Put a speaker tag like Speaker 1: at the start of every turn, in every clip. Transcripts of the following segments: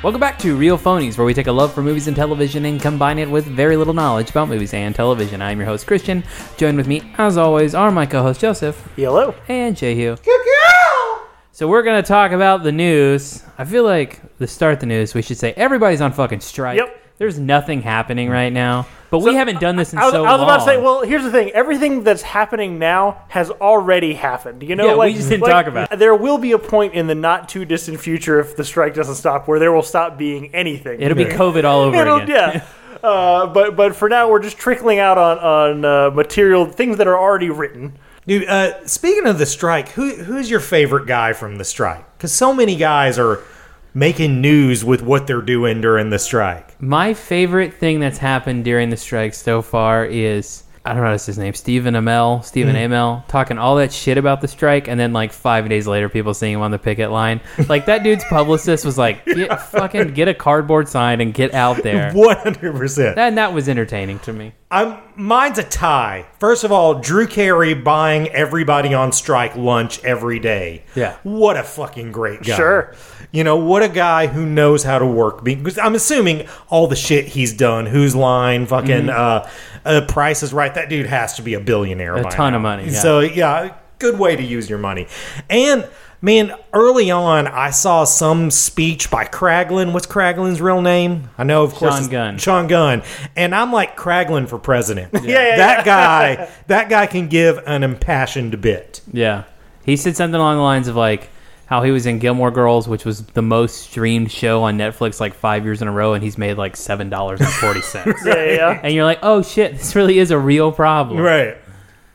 Speaker 1: Welcome back to Real Phonies, where we take a love for movies and television and combine it with very little knowledge about movies and television. I'm your host, Christian. Joined with me, as always, are my co host, Joseph
Speaker 2: Hello.
Speaker 1: and Jehu. So, we're going to talk about the news. I feel like to start the news, we should say everybody's on fucking strike.
Speaker 2: Yep.
Speaker 1: There's nothing happening right now, but we haven't done this in
Speaker 2: I was,
Speaker 1: so
Speaker 2: I was about to say,
Speaker 1: long.
Speaker 2: well, here's the thing. Everything that's happening now has already happened. You know,
Speaker 1: Yeah, we
Speaker 2: like,
Speaker 1: just didn't
Speaker 2: like,
Speaker 1: talk about it.
Speaker 2: There will be a point in the not too distant future, if the strike doesn't stop, where there will stop being anything.
Speaker 1: It'll be COVID all over
Speaker 2: It'll-
Speaker 1: again.
Speaker 2: yeah. Uh, but but for now, we're just trickling out on on uh, material things that are already written.
Speaker 3: Dude, uh, speaking of the strike, who who's your favorite guy from the strike? Because so many guys are making news with what they're doing during the strike.
Speaker 1: My favorite thing that's happened during the strike so far is I don't know what's his name, Stephen Amell, Stephen Amell, talking all that shit about the strike, and then like five days later, people seeing him on the picket line. Like that dude's publicist was like, get, "Fucking get a cardboard sign and get out there."
Speaker 3: One hundred percent.
Speaker 1: And that was entertaining to me.
Speaker 3: I'm mine's a tie. First of all, Drew Carey buying everybody on strike lunch every day.
Speaker 1: Yeah.
Speaker 3: What a fucking great guy.
Speaker 2: Sure.
Speaker 3: You know, what a guy who knows how to work because I'm assuming all the shit he's done, who's line, fucking
Speaker 1: Mm-hmm.
Speaker 3: uh, uh price is right. That dude has to be a billionaire.
Speaker 1: A
Speaker 3: by
Speaker 1: ton of
Speaker 3: now.
Speaker 1: money, yeah.
Speaker 3: So yeah, good way to use your money. And man, early on I saw some speech by Craglin. What's Craglin's real name? I know of course
Speaker 1: Sean
Speaker 3: it's-
Speaker 1: Gunn.
Speaker 3: Sean Gunn, and I'm like Craglin for president.
Speaker 2: yeah,
Speaker 3: that guy, that guy can give an impassioned bit.
Speaker 1: Yeah, he said something along the lines of like how he was in Gilmore Girls, which was the most streamed show on Netflix like five years in a row, and he's made like seven dollars and forty cents.
Speaker 2: Yeah, yeah, yeah.
Speaker 1: And you're like, "Oh shit, this really is a real problem."
Speaker 3: Right.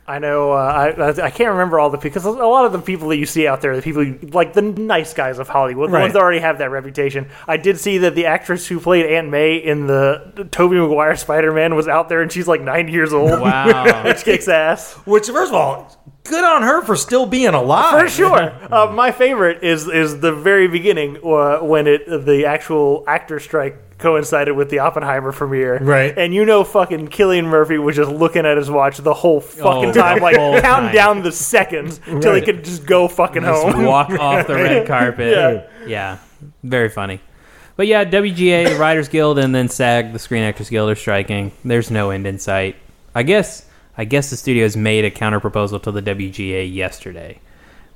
Speaker 2: I know. Uh, I- I I can't remember all the because a lot of the people that you see out there, the people you, like the nice guys of Hollywood, the
Speaker 3: Right.
Speaker 2: ones that already have that reputation. I did see that the actress who played Aunt May in the, the Tobey Maguire Spider Man was out there, and she's like nine years old.
Speaker 1: Wow.
Speaker 2: which kicks ass
Speaker 3: Which, first of all, good on her for still being alive.
Speaker 2: for sure. uh, my favorite is is the very beginning uh, when it the actual actor strike coincided with the Oppenheimer premiere,
Speaker 3: Right.
Speaker 2: And you know, fucking Killian Murphy was just looking at his watch the whole fucking
Speaker 1: Oh,
Speaker 2: time,
Speaker 1: the
Speaker 2: like
Speaker 1: whole
Speaker 2: counting
Speaker 1: time.
Speaker 2: down the seconds till he
Speaker 3: Right.
Speaker 2: could just go fucking
Speaker 1: just
Speaker 2: home.
Speaker 1: walk off the red carpet.
Speaker 2: Oh. Yeah.
Speaker 1: Yeah. very funny. But yeah, WGA, the Writers Guild, and then SAG, the Screen Actors Guild, are striking. There's no end in sight. I guess. I guess the studios made a counterproposal to the WGA yesterday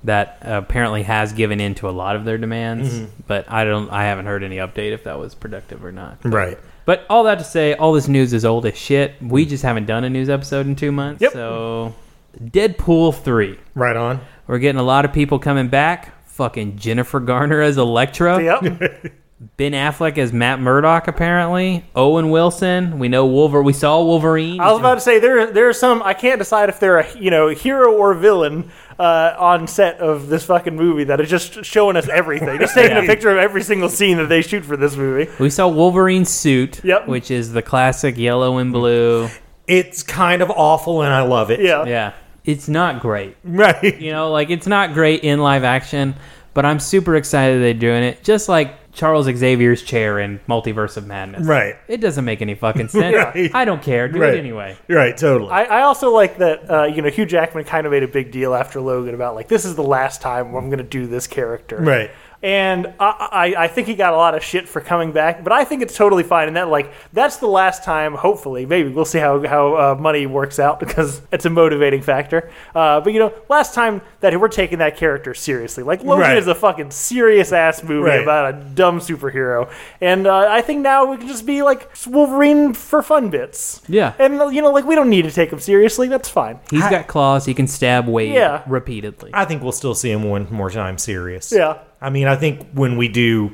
Speaker 1: that apparently has given in to a lot of their demands.
Speaker 2: Mm-hmm.
Speaker 1: But I don't. I haven't heard any update if that was productive or not.
Speaker 3: Right.
Speaker 1: But all that to say, all this news is old as shit. We just haven't done a news episode in two months.
Speaker 2: Mm. Yep.
Speaker 1: So, Deadpool three.
Speaker 3: Right on.
Speaker 1: We're getting a lot of people coming back. Fucking Jennifer Garner as Electra.
Speaker 2: Yep.
Speaker 1: Ben Affleck as Matt Murdock, apparently. Owen Wilson. We know Wolver. We saw Wolverine.
Speaker 2: I was about to say there there are some I can't decide if they're a you know hero or villain uh, on set of this fucking movie that is just showing us everything, just taking a picture of every single scene that they shoot for this movie.
Speaker 1: we saw Wolverine's suit,
Speaker 2: Yep.
Speaker 1: which is the classic yellow and blue.
Speaker 3: It's kind of awful, and I love it.
Speaker 2: Yeah,
Speaker 1: Yeah. It's not great.
Speaker 3: Right.
Speaker 1: You know, like it's not great in live action, but I'm super excited they're doing it. Just like Charles Xavier's chair in Multiverse of Madness.
Speaker 3: Right.
Speaker 1: It doesn't make any fucking sense.
Speaker 3: Right.
Speaker 1: I don't care. Do
Speaker 3: Right.
Speaker 1: it anyway.
Speaker 3: Right. Totally.
Speaker 2: I, I also like that uh, you know Hugh Jackman kind of made a big deal after Logan about like this is the last time I'm going to do this character,
Speaker 3: Right.
Speaker 2: And I, I, I think he got a lot of shit for coming back, but I think it's totally fine. And that like that's the last time, hopefully, maybe we'll see how how uh, money works out because it's a motivating factor. Uh, but you know, last time that we're taking that character seriously, like Logan
Speaker 3: Right.
Speaker 2: is a fucking serious ass movie
Speaker 3: Right.
Speaker 2: about a dumb superhero, and uh, I think now we can just be like Wolverine for fun bits.
Speaker 1: Yeah.
Speaker 2: And you know, like we don't need to take him seriously. That's fine.
Speaker 1: He's got claws. He can stab Wade
Speaker 2: Yeah.
Speaker 1: repeatedly.
Speaker 3: I think we'll still see him one more time serious.
Speaker 2: Yeah.
Speaker 3: I mean, I think when we do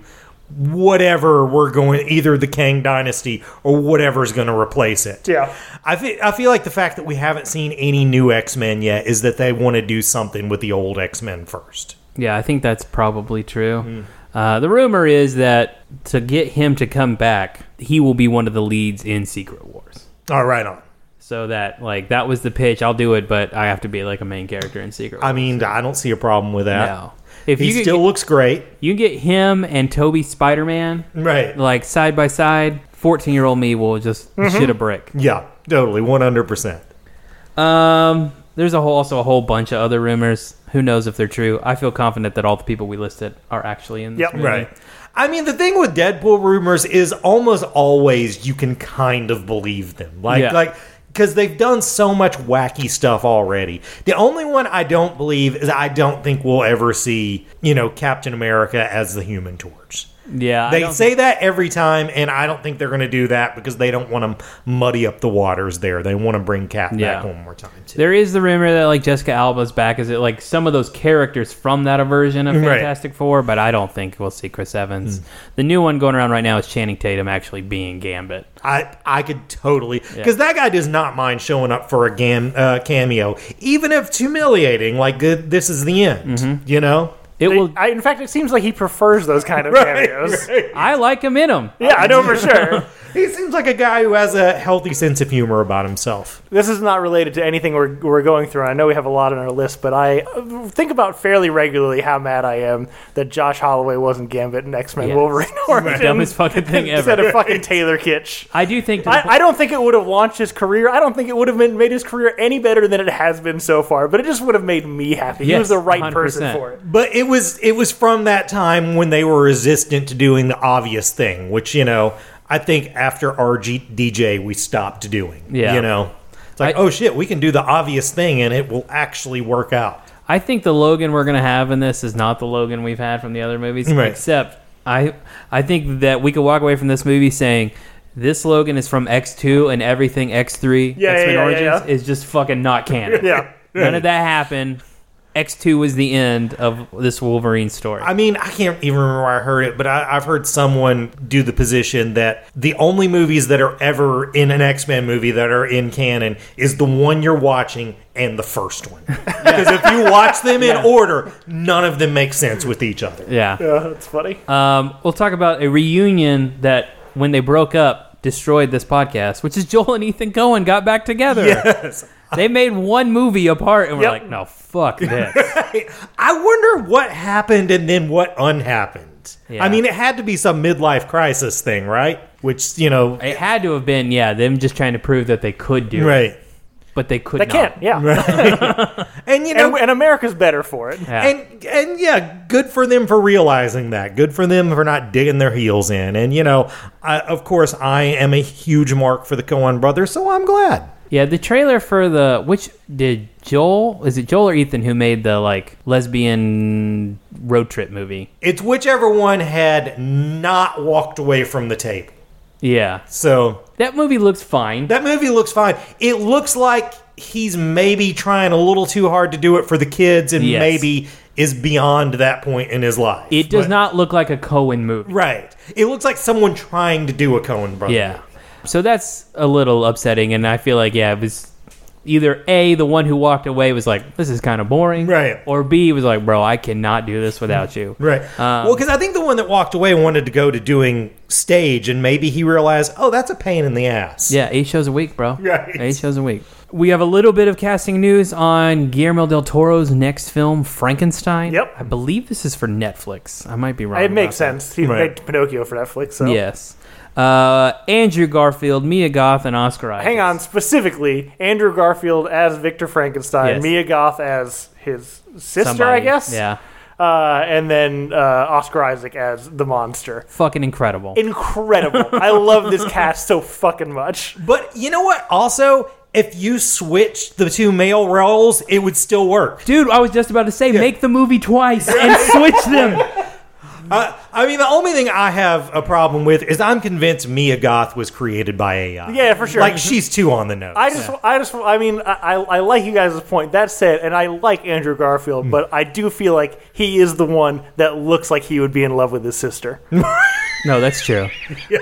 Speaker 3: whatever we're going either the Kang dynasty or whatever's going to replace it.
Speaker 2: Yeah.
Speaker 3: I feel I feel like the fact that we haven't seen any new X-Men yet is that they want to do something with the old X-Men first.
Speaker 1: Yeah, I think that's probably true.
Speaker 3: Hmm.
Speaker 1: Uh, the rumor is that to get him to come back, he will be one of the leads in Secret Wars.
Speaker 3: All right on.
Speaker 1: So that like that was the pitch. I'll do it, but I have to be like a main character in Secret Wars.
Speaker 3: I mean, I don't see a problem with that.
Speaker 1: no. If
Speaker 3: He
Speaker 1: you could
Speaker 3: still
Speaker 1: get,
Speaker 3: looks great.
Speaker 1: you get him and Toby Spider Man
Speaker 3: Right.
Speaker 1: like side by side, fourteen year old me will just
Speaker 3: Mm-hmm.
Speaker 1: shit a brick.
Speaker 3: Yeah, totally 100%.
Speaker 1: Um, there's a whole, also a whole bunch of other rumors. Who knows if they're true? I feel confident that all the people we listed are actually in. This
Speaker 2: Yep.
Speaker 1: movie.
Speaker 3: Right. I mean, the thing with Deadpool rumors is almost always you can kind of believe them. Like,
Speaker 1: Yeah.
Speaker 3: like because they've done so much wacky stuff already. The only one I don't believe is I don't think we'll ever see, you know, Captain America as the Human Torch.
Speaker 1: Yeah, I
Speaker 3: They
Speaker 1: don't-
Speaker 3: say that every time, and I don't think they're going to do that because they don't want to muddy up the waters there. They want to bring Cap
Speaker 1: Yeah.
Speaker 3: back one more time. Too.
Speaker 1: There is the rumor that like Jessica Alba's back. Is it like some of those characters from that version of
Speaker 3: Right.
Speaker 1: Fantastic Four? But I don't think we'll see Chris Evans.
Speaker 2: Hmm.
Speaker 1: The new one going around right now is Channing Tatum actually being Gambit.
Speaker 3: I I could totally because that guy does not mind showing up for a gam, uh, cameo, even if it's humiliating. Like th- this is the end,
Speaker 1: Mm-hmm.
Speaker 3: you know.
Speaker 1: It
Speaker 2: They-
Speaker 1: will.
Speaker 2: I, in fact, it seems like he prefers those kind of cameos.
Speaker 1: I like him in him.
Speaker 2: Yeah, I know for sure.
Speaker 3: He seems like a guy who has a healthy sense of humor about himself.
Speaker 2: This is not related to anything we're, we're going through. and I know we have a lot on our list, but I uh, think about fairly regularly how mad I am that Josh Holloway wasn't Gambit in X Men
Speaker 1: Yes.
Speaker 2: Wolverine Origins.
Speaker 1: Dumbest fucking thing
Speaker 2: Instead
Speaker 1: ever.
Speaker 2: of fucking Taylor Kitsch.
Speaker 1: I do think. to the
Speaker 2: I, I don't think it would have launched his career. I don't think it would have been, made his career any better than it has been so far, but it just would have made me happy. he
Speaker 1: Yes,
Speaker 2: was the right person
Speaker 1: 100%.
Speaker 2: for it.
Speaker 3: But it was it was from that time when they were resistant to doing the obvious thing, which you know I think after RG DJ we stopped doing.
Speaker 1: Yeah.
Speaker 3: you know, it's like
Speaker 1: I-
Speaker 3: oh shit, we can do the obvious thing and it will actually work out.
Speaker 1: I think the Logan we're gonna have in this is not the Logan we've had from the other movies.
Speaker 3: Right.
Speaker 1: Except I I think that we could walk away from this movie saying this Logan is from X two and everything X three
Speaker 2: Yeah, yeah,
Speaker 1: X Men
Speaker 2: yeah, yeah,
Speaker 1: Origins
Speaker 2: yeah.
Speaker 1: is just fucking not canon.
Speaker 2: Yeah.
Speaker 1: None of that happened. X two was the end of this Wolverine story.
Speaker 3: I mean, I can't even remember where I heard it, but I, I've heard someone do the position that the only movies that are ever in an X Men movie that are in canon is the one you're watching and the first one. Because if you watch them in order, none of them make sense with each other.
Speaker 1: yeah.
Speaker 2: Yeah, that's funny.
Speaker 1: Um, we'll talk about a reunion that when they broke up destroyed this podcast, which is Joel and Ethan Cohen got back together.
Speaker 3: Yes.
Speaker 1: They made one movie apart and we're
Speaker 2: Yep.
Speaker 1: like, no, fuck this.
Speaker 3: I wonder what happened and then what unhappened.
Speaker 1: Yeah.
Speaker 3: I mean, it had to be some midlife crisis thing, right? Which, you know,
Speaker 1: It had to have been, yeah, them just trying to prove that they could do it,
Speaker 3: right.
Speaker 1: but they could
Speaker 2: They
Speaker 1: not.
Speaker 2: can't, yeah.
Speaker 3: And, you know,
Speaker 2: And, and America's better for it.
Speaker 1: Yeah.
Speaker 3: And and yeah, good for them for realizing that. Good for them for not digging their heels in. And you know, I, of course, I am a huge mark for the Coen brothers, so I'm glad.
Speaker 1: yeah, the trailer for the which did Joel is it Joel or Ethan who made the like lesbian road trip movie?
Speaker 3: It's whichever one had not walked away from the table.
Speaker 1: Yeah,
Speaker 3: So
Speaker 1: that movie looks fine.
Speaker 3: that movie looks fine. It looks like he's maybe trying a little too hard to do it for the kids, and
Speaker 1: Yes.
Speaker 3: maybe is beyond that point in his life.
Speaker 1: it does
Speaker 3: But-
Speaker 1: not look like a Cohen movie.
Speaker 3: Right. It looks like someone trying to do a Coen brother.
Speaker 1: Yeah, so that's a little upsetting, and I feel like yeah, it was either a the one who walked away was like this is kind of boring,
Speaker 3: Right.
Speaker 1: Or B was like, bro, I cannot do this without you,
Speaker 3: Right.
Speaker 1: Um,
Speaker 3: well, because I think the one that walked away wanted to go to doing stage, and maybe he realized, oh, that's a pain in the ass.
Speaker 1: Yeah, eight shows a week, bro.
Speaker 3: Right.
Speaker 1: Eight shows a week. We have a little bit of casting news on Guillermo del Toro's next film, Frankenstein.
Speaker 2: Yep.
Speaker 1: I believe this is for Netflix. I might be wrong.
Speaker 2: It makes
Speaker 1: about that.
Speaker 2: sense. He
Speaker 3: Right.
Speaker 2: made Pinocchio for Netflix, so.
Speaker 1: Yes. Uh, Andrew Garfield, Mia Goth, and Oscar Isaac.
Speaker 2: Hang on, specifically, Andrew Garfield as Victor Frankenstein,
Speaker 1: Yes.
Speaker 2: Mia Goth as his sister, I
Speaker 1: Somebody.
Speaker 2: guess.
Speaker 1: Yeah.
Speaker 2: Uh, and then uh, Oscar Isaac as the monster.
Speaker 1: Fucking incredible.
Speaker 2: Incredible. I love this cast so fucking much.
Speaker 3: But you know what? Also, if you switched the two male roles, it would still work.
Speaker 1: Dude, I was just about to say, make the movie twice and switch them.
Speaker 3: Uh, I mean, the only thing I have a problem with is I'm convinced Mia Goth was created by AI.
Speaker 2: Yeah, for sure.
Speaker 3: Like she's too on the nose.
Speaker 2: I just, I just, I mean, I, I I like you guys' point. That said, and I like Andrew
Speaker 1: Hmm.
Speaker 2: Garfield, but I do feel like he is the one that looks like he would be in love with his sister.
Speaker 1: No, that's true.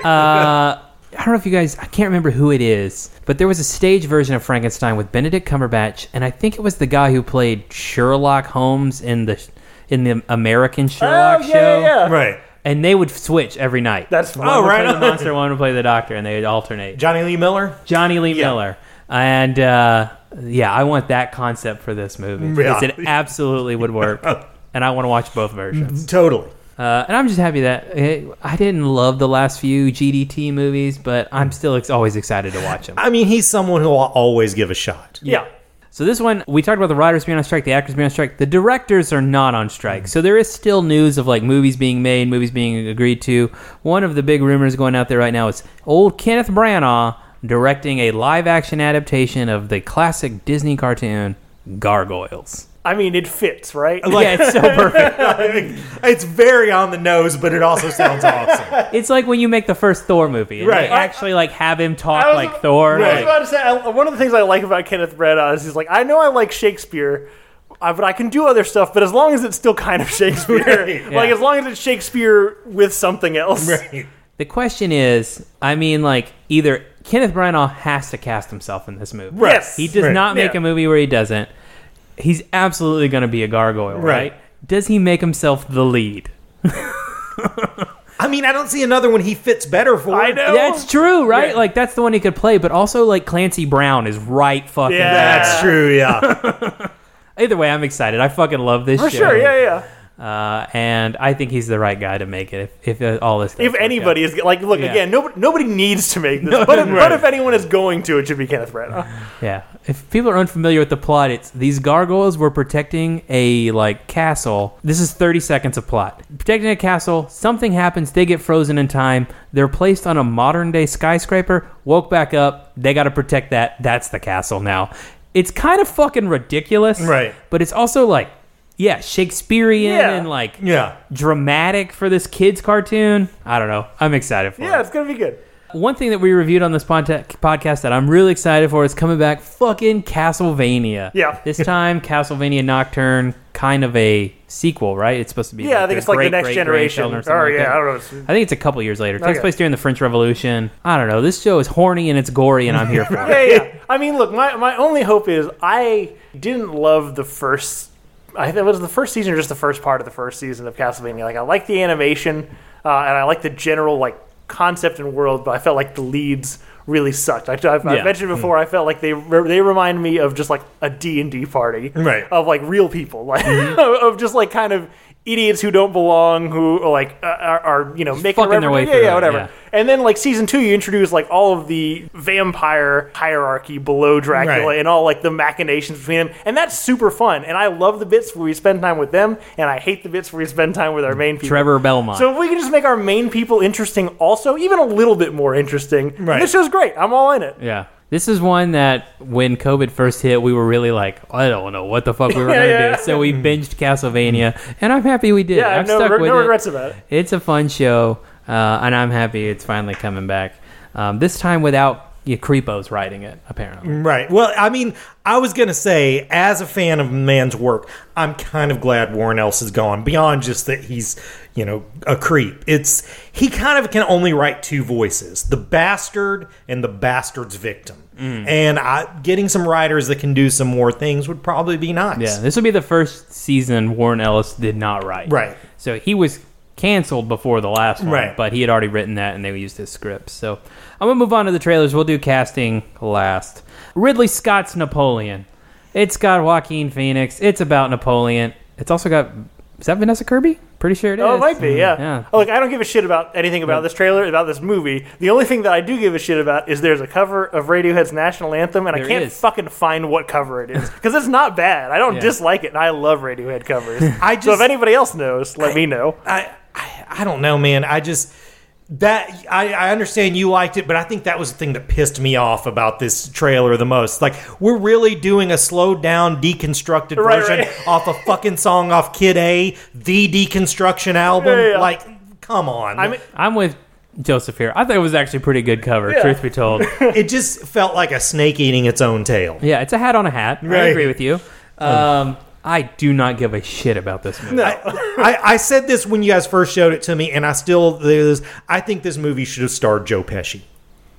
Speaker 1: Uh, I don't know if you guys, I can't remember who it is, but there was a stage version of Frankenstein with Benedict Cumberbatch, and I think it was the guy who played Sherlock Holmes in the in the American Sherlock
Speaker 2: Oh, yeah,
Speaker 1: show.
Speaker 2: yeah, yeah.
Speaker 3: right.
Speaker 1: And they would switch every night.
Speaker 2: That's
Speaker 1: one
Speaker 2: fine.
Speaker 1: would
Speaker 3: Oh, right
Speaker 1: play the
Speaker 3: on.
Speaker 1: monster, one would play the doctor, and they would alternate.
Speaker 3: Johnny Lee Miller.
Speaker 1: Johnny Lee Miller, and uh, yeah, I want that concept for this movie because
Speaker 3: Yeah.
Speaker 1: it absolutely would work, and I want to watch both versions.
Speaker 3: Totally.
Speaker 1: Uh, and I'm just happy that eh, I didn't love the last few GDT movies, but I'm still ex- always excited to watch them.
Speaker 3: I mean, he's someone who I'll always give a shot.
Speaker 2: Yeah.
Speaker 1: So this one, we talked about the writers being on strike, the actors being on strike. The directors are not on
Speaker 2: Mm-hmm.
Speaker 1: strike. So there is still news of like movies being made, movies being agreed to. One of the big rumors going out there right now is old Kenneth Branagh directing a live action adaptation of the classic Disney cartoon Gargoyles.
Speaker 2: I mean, it fits, right?
Speaker 1: yeah, it's so perfect.
Speaker 3: it's very on the nose, but it also sounds awesome.
Speaker 1: It's like when you make the first Thor movie, and
Speaker 3: Right.
Speaker 1: They actually, like have him talk
Speaker 2: was-
Speaker 1: like Thor.
Speaker 2: I was
Speaker 1: like-
Speaker 2: about to say I, one of the things I like about Kenneth Branagh is he's like, I know I like Shakespeare, I, but I can do other stuff. But as long as it's still kind of Shakespeare,
Speaker 3: Right.
Speaker 2: like
Speaker 1: Yeah.
Speaker 2: as long as it's Shakespeare with something else,
Speaker 3: Right.
Speaker 1: The question is, I mean, like either Kenneth Branagh has to cast himself in this movie.
Speaker 3: Right.
Speaker 2: Yes.
Speaker 1: He does
Speaker 3: Right.
Speaker 1: not make
Speaker 2: Yeah.
Speaker 1: a movie where he doesn't. He's absolutely going to be a gargoyle,
Speaker 3: Right.
Speaker 1: right? Does he make himself the lead?
Speaker 3: I mean, I don't see another one he fits better for.
Speaker 2: I know.
Speaker 1: That's true, right?
Speaker 2: Oh. Yeah.
Speaker 1: Like that's the one he could play, but also like Clancy Brown is right fucking
Speaker 2: Yeah.
Speaker 1: there.
Speaker 3: That's true, yeah.
Speaker 1: Either way, I'm excited. I fucking love this
Speaker 2: for
Speaker 1: show.
Speaker 2: sure. Yeah, yeah.
Speaker 1: Uh, and I think he's the right guy to make it if, if uh, all this does
Speaker 2: If
Speaker 1: work
Speaker 2: anybody
Speaker 1: out.
Speaker 2: is like, look
Speaker 1: Yeah.
Speaker 2: again, nobody nobody needs to make this, but, if, but if anyone is going to, it should be Kenneth Branagh.
Speaker 1: Yeah. If people are unfamiliar with the plot, it's these gargoyles were protecting a like castle. This is 30 seconds of plot. Protecting a castle, something happens, they get frozen in time. They're placed on a modern day skyscraper, woke back up, they got to protect that. That's the castle now. It's kind of fucking ridiculous.
Speaker 3: Right.
Speaker 1: But it's also like yeah, Shakespearean
Speaker 2: Yeah.
Speaker 1: and like
Speaker 3: Yeah.
Speaker 1: dramatic for this kids cartoon. I don't know. I'm excited for it.
Speaker 2: Yeah, it's gonna be good.
Speaker 1: One thing that we reviewed on this podca- podcast that I'm really excited for is coming back fucking Castlevania.
Speaker 2: Yeah.
Speaker 1: This time, Castlevania Nocturne, kind of a sequel, right? It's supposed to be.
Speaker 2: Yeah, I think
Speaker 1: their
Speaker 2: it's like the
Speaker 1: great-
Speaker 2: next
Speaker 1: great
Speaker 2: generation.
Speaker 1: grandchildren
Speaker 2: Or
Speaker 1: something like
Speaker 2: yeah,
Speaker 1: that.
Speaker 2: I don't know. It's-
Speaker 1: I think it's a couple years later. It takes
Speaker 2: Okay.
Speaker 1: place during the French Revolution. I don't know. This show is horny and it's gory, and I'm here for it.
Speaker 2: yeah, yeah. I mean, look, my, my only hope is I didn't love the first. I think it was the first season or just the first part of the first season of Castlevania. Like, I like the animation uh, and I like the general like concept and world, but I felt like the leads really sucked. I, I've, I've
Speaker 1: Yeah. Hmm.
Speaker 2: mentioned before, I felt like they re- they remind me of just like a D and D party,
Speaker 3: Right.
Speaker 2: Of like real people, like
Speaker 1: Mm-hmm.
Speaker 2: of just like kind of idiots who don't belong, who like uh, are, are you know making a
Speaker 1: fucking their
Speaker 2: reference-
Speaker 1: way through
Speaker 2: yeah, yeah,
Speaker 1: it,
Speaker 2: whatever.
Speaker 1: yeah.
Speaker 2: And then like season two, you introduce like all of the vampire hierarchy below Dracula
Speaker 3: Right.
Speaker 2: and all like the machinations between them, and that's super fun. And I love the bits where we spend time with them, and I hate the bits where we spend time with our main people.
Speaker 1: Trevor Belmont.
Speaker 2: So if we can just make our main people interesting, also even a little bit more interesting,
Speaker 3: Right.
Speaker 2: this show's great. I'm all in it.
Speaker 1: yeah. This is one that when COVID first hit, we were really like, I don't know what the fuck we were going to
Speaker 2: yeah. Mm-hmm.
Speaker 1: do. So we binged Castlevania, and I'm happy we did.
Speaker 2: Yeah, I
Speaker 1: I'm
Speaker 2: have no,
Speaker 1: stuck
Speaker 2: re-
Speaker 1: with
Speaker 2: no
Speaker 1: it.
Speaker 2: regrets about it.
Speaker 1: It's a fun show, uh, and I'm happy it's finally coming back. Um, this time without your creepos writing it, apparently.
Speaker 3: Right. Well, I mean, I was going to say, as a fan of man's work, I'm kind of glad Warren Ellis is gone beyond just that he's, you know, a creep. It's he kind of can only write two voices the bastard and the bastard's victim. And I, getting some writers that can do some more things would probably be nice.
Speaker 1: Yeah, this will be the first season Warren Ellis did not write.
Speaker 3: Right.
Speaker 1: So he was canceled before the last one,
Speaker 3: Right.
Speaker 1: but he had already written that and they used his script. So I'm going to move on to the trailers. We'll do casting last. Ridley Scott's Napoleon. It's got Joaquin Phoenix. It's about Napoleon. It's also got. Is that Vanessa Kirby? Pretty sure it is.
Speaker 2: Oh, it might be, yeah.
Speaker 1: Mm, Yeah.
Speaker 2: Oh, look, I don't give a shit about anything about this trailer, about this movie. The only thing that I do give a shit about is there's a cover of Radiohead's national anthem, and I
Speaker 1: There
Speaker 2: can't
Speaker 1: is.
Speaker 2: fucking find what cover it is because it's not bad. I don't
Speaker 1: Yeah.
Speaker 2: dislike it, and I love Radiohead covers.
Speaker 3: I
Speaker 2: so if
Speaker 3: just-
Speaker 2: anybody else knows, let me know.
Speaker 3: I, I I don't know, man. I just that I, I understand you liked it, but I think that was the thing that pissed me off about this trailer the most. Like we're really doing a slowed down, deconstructed
Speaker 2: Right,
Speaker 3: version
Speaker 2: right.
Speaker 3: off a fucking song off Kid A, the deconstruction album.
Speaker 2: Yeah, yeah.
Speaker 3: Like, come on.
Speaker 2: I mean,
Speaker 1: I'm with Joseph here. I thought it was actually a pretty good cover,
Speaker 2: Yeah.
Speaker 1: truth be told.
Speaker 3: it just felt like a snake eating its own tail.
Speaker 1: yeah, it's a hat on a hat. I
Speaker 3: Right.
Speaker 1: agree with you. Um, I do not give a shit about this movie.
Speaker 3: I, I, I said this when you guys first showed it to me, and I still there's. I think this movie should have starred Joe Pesci.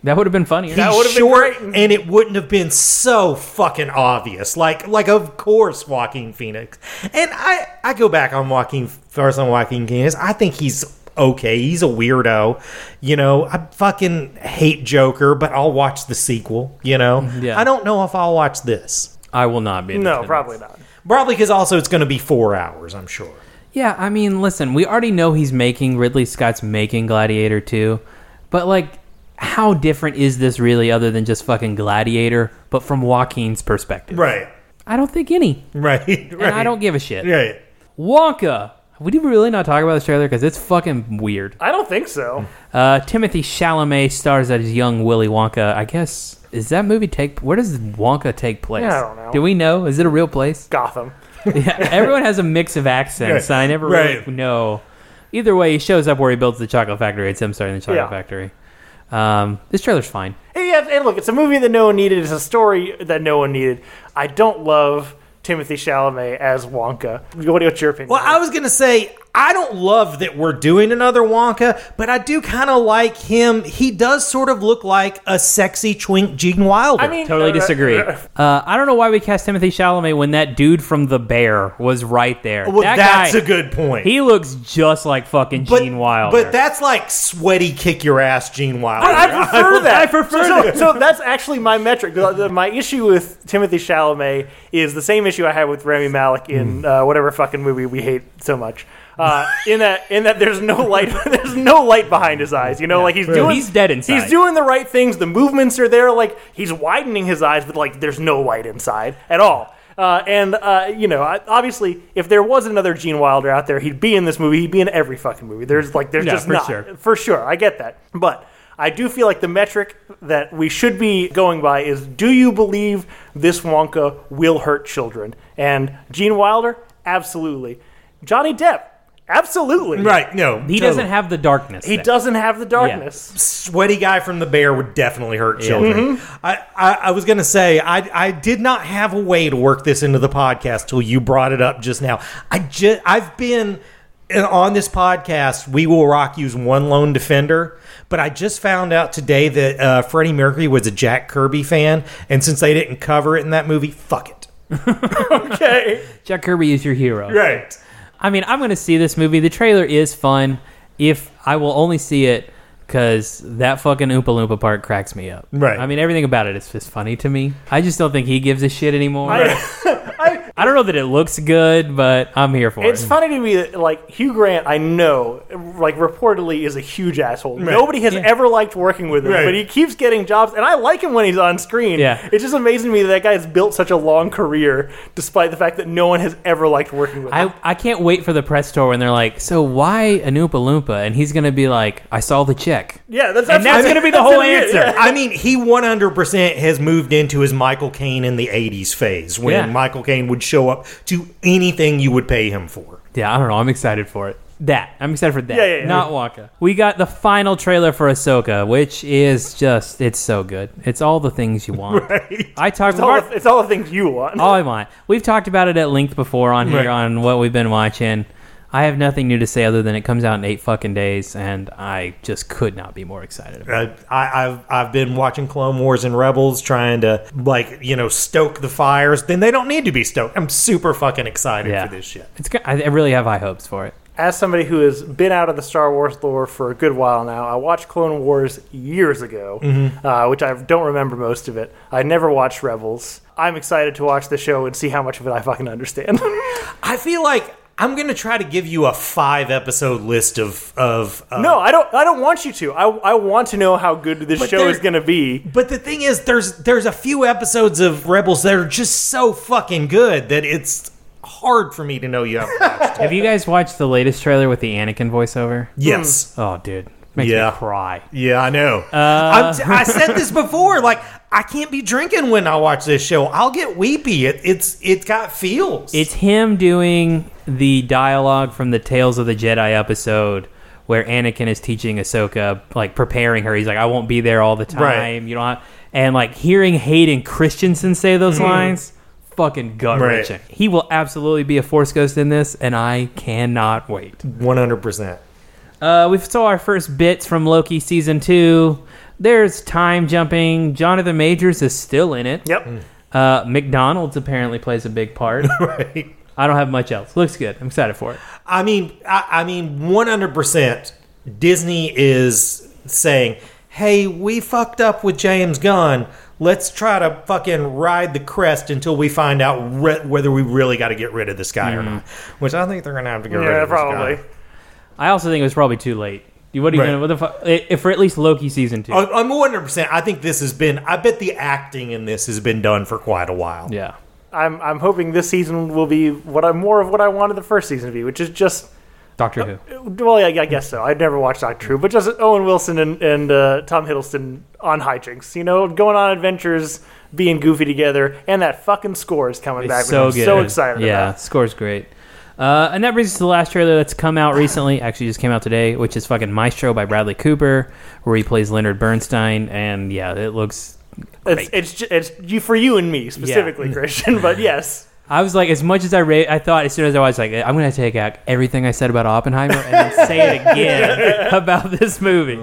Speaker 1: That would have been funnier.
Speaker 2: That
Speaker 3: be
Speaker 2: would've been
Speaker 3: short,
Speaker 2: great.
Speaker 3: and it wouldn't have been so fucking obvious. Like, like of course, Joaquin Phoenix. And I, I go back on Joaquin first on Joaquin Phoenix. I think he's okay. He's a weirdo. You know, I fucking hate Joker, but I'll watch the sequel. You know,
Speaker 1: Yeah.
Speaker 3: I don't know if I'll watch this.
Speaker 1: I will not be. in
Speaker 2: no,
Speaker 1: attendance.
Speaker 2: probably not.
Speaker 3: Probably because also it's going to be four hours. I'm sure.
Speaker 1: Yeah, I mean, listen, we already know he's making Ridley Scott's making Gladiator 2, but like, how different is this really other than just fucking Gladiator, but from Joaquin's perspective?
Speaker 3: Right.
Speaker 1: I don't think any,
Speaker 3: Right. right.
Speaker 1: and I don't give a shit.
Speaker 3: Right.
Speaker 1: Wonka. Would you really not talk about this trailer because it's fucking weird?
Speaker 2: I don't think so.
Speaker 1: Uh, Timothy Chalamet stars as young Willy Wonka. I guess is that movie take? Where does Wonka take place?
Speaker 2: Yeah, I don't know.
Speaker 1: Do we know? Is it a real place?
Speaker 2: Gotham.
Speaker 1: yeah, everyone has a mix of accents.
Speaker 3: Right.
Speaker 1: I never
Speaker 3: Right.
Speaker 1: really know. Either way, he shows up where he builds the chocolate factory. It's him starting the chocolate
Speaker 2: Yeah.
Speaker 1: factory. Um, this trailer's fine.
Speaker 2: And yeah, and look, it's a movie that no one needed. It's a story that no one needed. I don't love Timothy Chalamet as Wonka. What do your opinion?
Speaker 3: Well, I was gonna say I don't love that we're doing another Wonka, but I do kind of like him. He does sort of look like a sexy twink Gene Wilder.
Speaker 2: I mean,
Speaker 1: Totally
Speaker 2: uh,
Speaker 1: disagree. Uh, I don't know why we cast Timothy Chalamet when that dude from The Bear was right there.
Speaker 3: well,
Speaker 1: that
Speaker 3: that's
Speaker 1: guy,
Speaker 3: a good point.
Speaker 1: He looks just like fucking
Speaker 3: but,
Speaker 1: Gene Wilder.
Speaker 3: but that's like sweaty kick your ass Gene Wilder.
Speaker 2: I, I prefer that.
Speaker 1: I prefer
Speaker 2: so, so, so that's actually my metric. The- the- My issue with Timothy Chalamet is the same issue I had with Rami Malik in
Speaker 1: Hmm.
Speaker 2: uh, whatever fucking movie we hate so much. Uh, in that, in that, there's no light. there's no light behind his eyes. You know, like he's doing.
Speaker 1: He's dead inside.
Speaker 2: He's doing the right things. The movements are there. Like he's widening his eyes, but like there's no light inside at all. Uh, and uh, you know, I- obviously, if there was another Gene Wilder out there, he'd be in this movie. He'd be in every fucking movie. There's like there's
Speaker 1: Yeah,
Speaker 2: just
Speaker 1: for
Speaker 2: not
Speaker 1: sure.
Speaker 2: for sure. I get that, but I do feel like the metric that we should be going by is: Do you believe this Wonka will hurt children? And Gene Wilder, absolutely. Johnny Depp, absolutely.
Speaker 3: right? No,
Speaker 1: he
Speaker 3: totally.
Speaker 1: doesn't have the darkness.
Speaker 2: He
Speaker 1: thing.
Speaker 2: doesn't have the darkness.
Speaker 3: sweaty guy from the bear would definitely hurt children. I, I, I was gonna say I I did not have a way to work this into the podcast till you brought it up just now. I just I've been and on this podcast. We will rock use one lone defender, but I just found out today that uh, Freddie Mercury was a Jack Kirby fan, and since they didn't cover it in that movie, fuck it.
Speaker 2: Okay.
Speaker 1: Jack Kirby is your hero.
Speaker 3: Right.
Speaker 1: I mean, I'm going to see this movie. The trailer is fun. If I will only see it because that fucking Oompa Loompa part cracks me up.
Speaker 3: Right.
Speaker 1: I mean, everything about it is just funny to me. I just don't think he gives a shit anymore. I,
Speaker 2: I, I,
Speaker 1: don't know that it looks good, but I'm here for
Speaker 2: It's
Speaker 1: it.
Speaker 2: funny to me that like Hugh Grant, I know, like reportedly is a huge asshole. Nobody has
Speaker 1: Yeah.
Speaker 2: ever liked working with him,
Speaker 3: Right.
Speaker 2: but he keeps getting jobs, and I like him when he's on screen.
Speaker 1: Yeah.
Speaker 2: it's just amazing to me that that guy has built such a long career, despite the fact that no one has ever liked working with him.
Speaker 1: I, I can't wait for the press tour when they're like, so why an Oompa Loompa? And he's going to be like, I saw the check.
Speaker 2: Yeah, that's
Speaker 1: And that's
Speaker 2: absolutely-
Speaker 1: gonna be the
Speaker 2: that's
Speaker 1: whole
Speaker 2: it,
Speaker 1: answer.
Speaker 2: yeah.
Speaker 3: I mean, he 100% has moved into his Michael Caine in the 80s phase when
Speaker 1: Yeah.
Speaker 3: Michael Caine would show up to anything you would pay him for.
Speaker 1: Yeah, I don't know. I'm excited for it. That. I'm excited for that.
Speaker 2: Yeah, yeah, yeah.
Speaker 1: Not Wonka. We got the final trailer for Ahsoka, which is just, it's so good. It's all the things you want. I talked
Speaker 2: It's all,
Speaker 1: about
Speaker 2: the, it's all the things you want.
Speaker 1: all I want. We've talked about it at length before on here
Speaker 3: Right.
Speaker 1: on what we've been watching. I have nothing new to say other than it comes out in eight fucking days, and I just could not be more excited. About it.
Speaker 3: Uh, I, I've I've been watching Clone Wars and Rebels, trying to like you know stoke the fires. Then they don't need to be stoked. I'm super fucking excited
Speaker 1: Yeah.
Speaker 3: for this shit.
Speaker 1: It's go- I I really have high hopes for it.
Speaker 2: as somebody who has been out of the Star Wars lore for a good while now, I watched Clone Wars years ago, uh, which I don't remember most of it. I never watched Rebels. I'm excited to watch the show and see how much of it I fucking understand.
Speaker 3: I feel like I'm gonna try to give you a five episode list of of uh,
Speaker 2: no, I don't. I don't want you to. I, I want to know how good this
Speaker 3: But
Speaker 2: show
Speaker 3: there-
Speaker 2: is going to be.
Speaker 3: But the thing is, there's there's a few episodes of Rebels that are just so fucking good that it's hard for me to know you haven't watched. it.
Speaker 1: Have you guys watched the latest trailer with the Anakin voiceover?
Speaker 3: yes.
Speaker 1: Oh, dude, makes
Speaker 3: Yeah.
Speaker 1: me cry.
Speaker 3: Yeah, I know. I'm t- I said this before. Like, I can't be drinking when I watch this show. I'll get weepy. It, it's it's got feels.
Speaker 1: It's him doing the dialogue from the Tales of the Jedi episode where Anakin is teaching Ahsoka, like preparing her. He's like, I won't be there all the time.
Speaker 3: Right.
Speaker 1: You know, and like hearing Hayden Christensen say those lines, fucking gut wrenching.
Speaker 3: Mm-hmm. Right.
Speaker 1: He will absolutely be a Force Ghost in this, and I cannot wait.
Speaker 3: one hundred percent.
Speaker 1: Uh, we saw our first bits from Loki season two. There's time jumping. Jonathan Majors is still in it.
Speaker 2: Yep.
Speaker 1: Uh, McDonald's apparently plays a big part.
Speaker 3: Right.
Speaker 1: I don't have much else. Looks good. I'm excited for it.
Speaker 3: I mean, I, I mean, one hundred percent. Disney is saying, "Hey, we fucked up with James Gunn. Let's try to fucking ride the crest until we find out re- whether we really got to get rid of this guy or not." Which I think they're gonna have to get rid
Speaker 2: Hmm. Yeah,
Speaker 3: of. this guy.
Speaker 2: probably.
Speaker 1: I also think it was probably too late. You- What are you
Speaker 3: Right.
Speaker 1: gonna? What the fuck? If for at least Loki season two.
Speaker 2: Oh.
Speaker 3: I- I'm 100. percent I think this has been. I bet the acting in this has been done for quite a while.
Speaker 1: yeah.
Speaker 2: I'm I'm hoping this season will be what I'm more of what I wanted the first season to be, which is just Oh.
Speaker 1: Doctor Who.
Speaker 2: well, yeah, I guess so. I'd never watched Doctor Who, but just Owen Wilson and, and uh, Tom Hiddleston on hijinks, you know, going on adventures, being goofy together, and that fucking score is coming back.
Speaker 1: It's
Speaker 2: which
Speaker 1: so
Speaker 2: I'm
Speaker 1: good.
Speaker 2: so excited
Speaker 1: Yeah,
Speaker 2: about.
Speaker 1: score's great. Uh, and that brings us to the last trailer that's come out recently. Actually, just came out today, which is fucking Maestro by Bradley Cooper, where he plays Leonard Bernstein. And yeah, it looks.
Speaker 2: It's it's ju- it's you for you and me specifically, Christian. But yes,
Speaker 1: I was like, as much as I ra- I thought, as soon as I was like, I'm gonna take out everything I said about Oppenheimer and then say it again about this movie.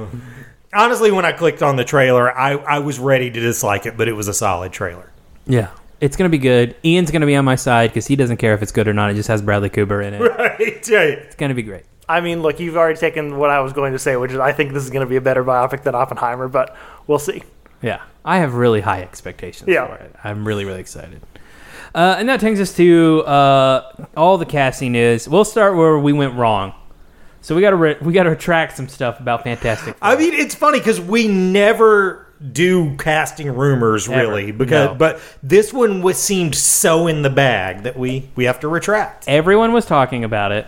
Speaker 3: Honestly, when I clicked on the trailer, I, I was ready to dislike it, but it was a solid trailer.
Speaker 1: Yeah. It's gonna be good. Ian's gonna be on my side because he doesn't care if it's good or not. It just has Bradley Cooper in it.
Speaker 3: Right? Yeah.
Speaker 1: It's gonna be great.
Speaker 2: I mean, look, you've already taken what I was going to say, which is I think this is going to be a better biopic than Oppenheimer, but we'll see.
Speaker 1: Yeah, I have really high expectations
Speaker 2: Yeah.
Speaker 1: for it. I'm really, really excited. Uh, and that takes us to uh, all the casting news. We'll start where we went wrong. So we gotta re- we gotta retract some stuff about Fantastic. Four.
Speaker 3: I mean, it's funny because we never do casting rumors
Speaker 1: Ever.
Speaker 3: really because
Speaker 1: No.
Speaker 3: but this one was seemed so in the bag that we we have to retract
Speaker 1: everyone was talking about it,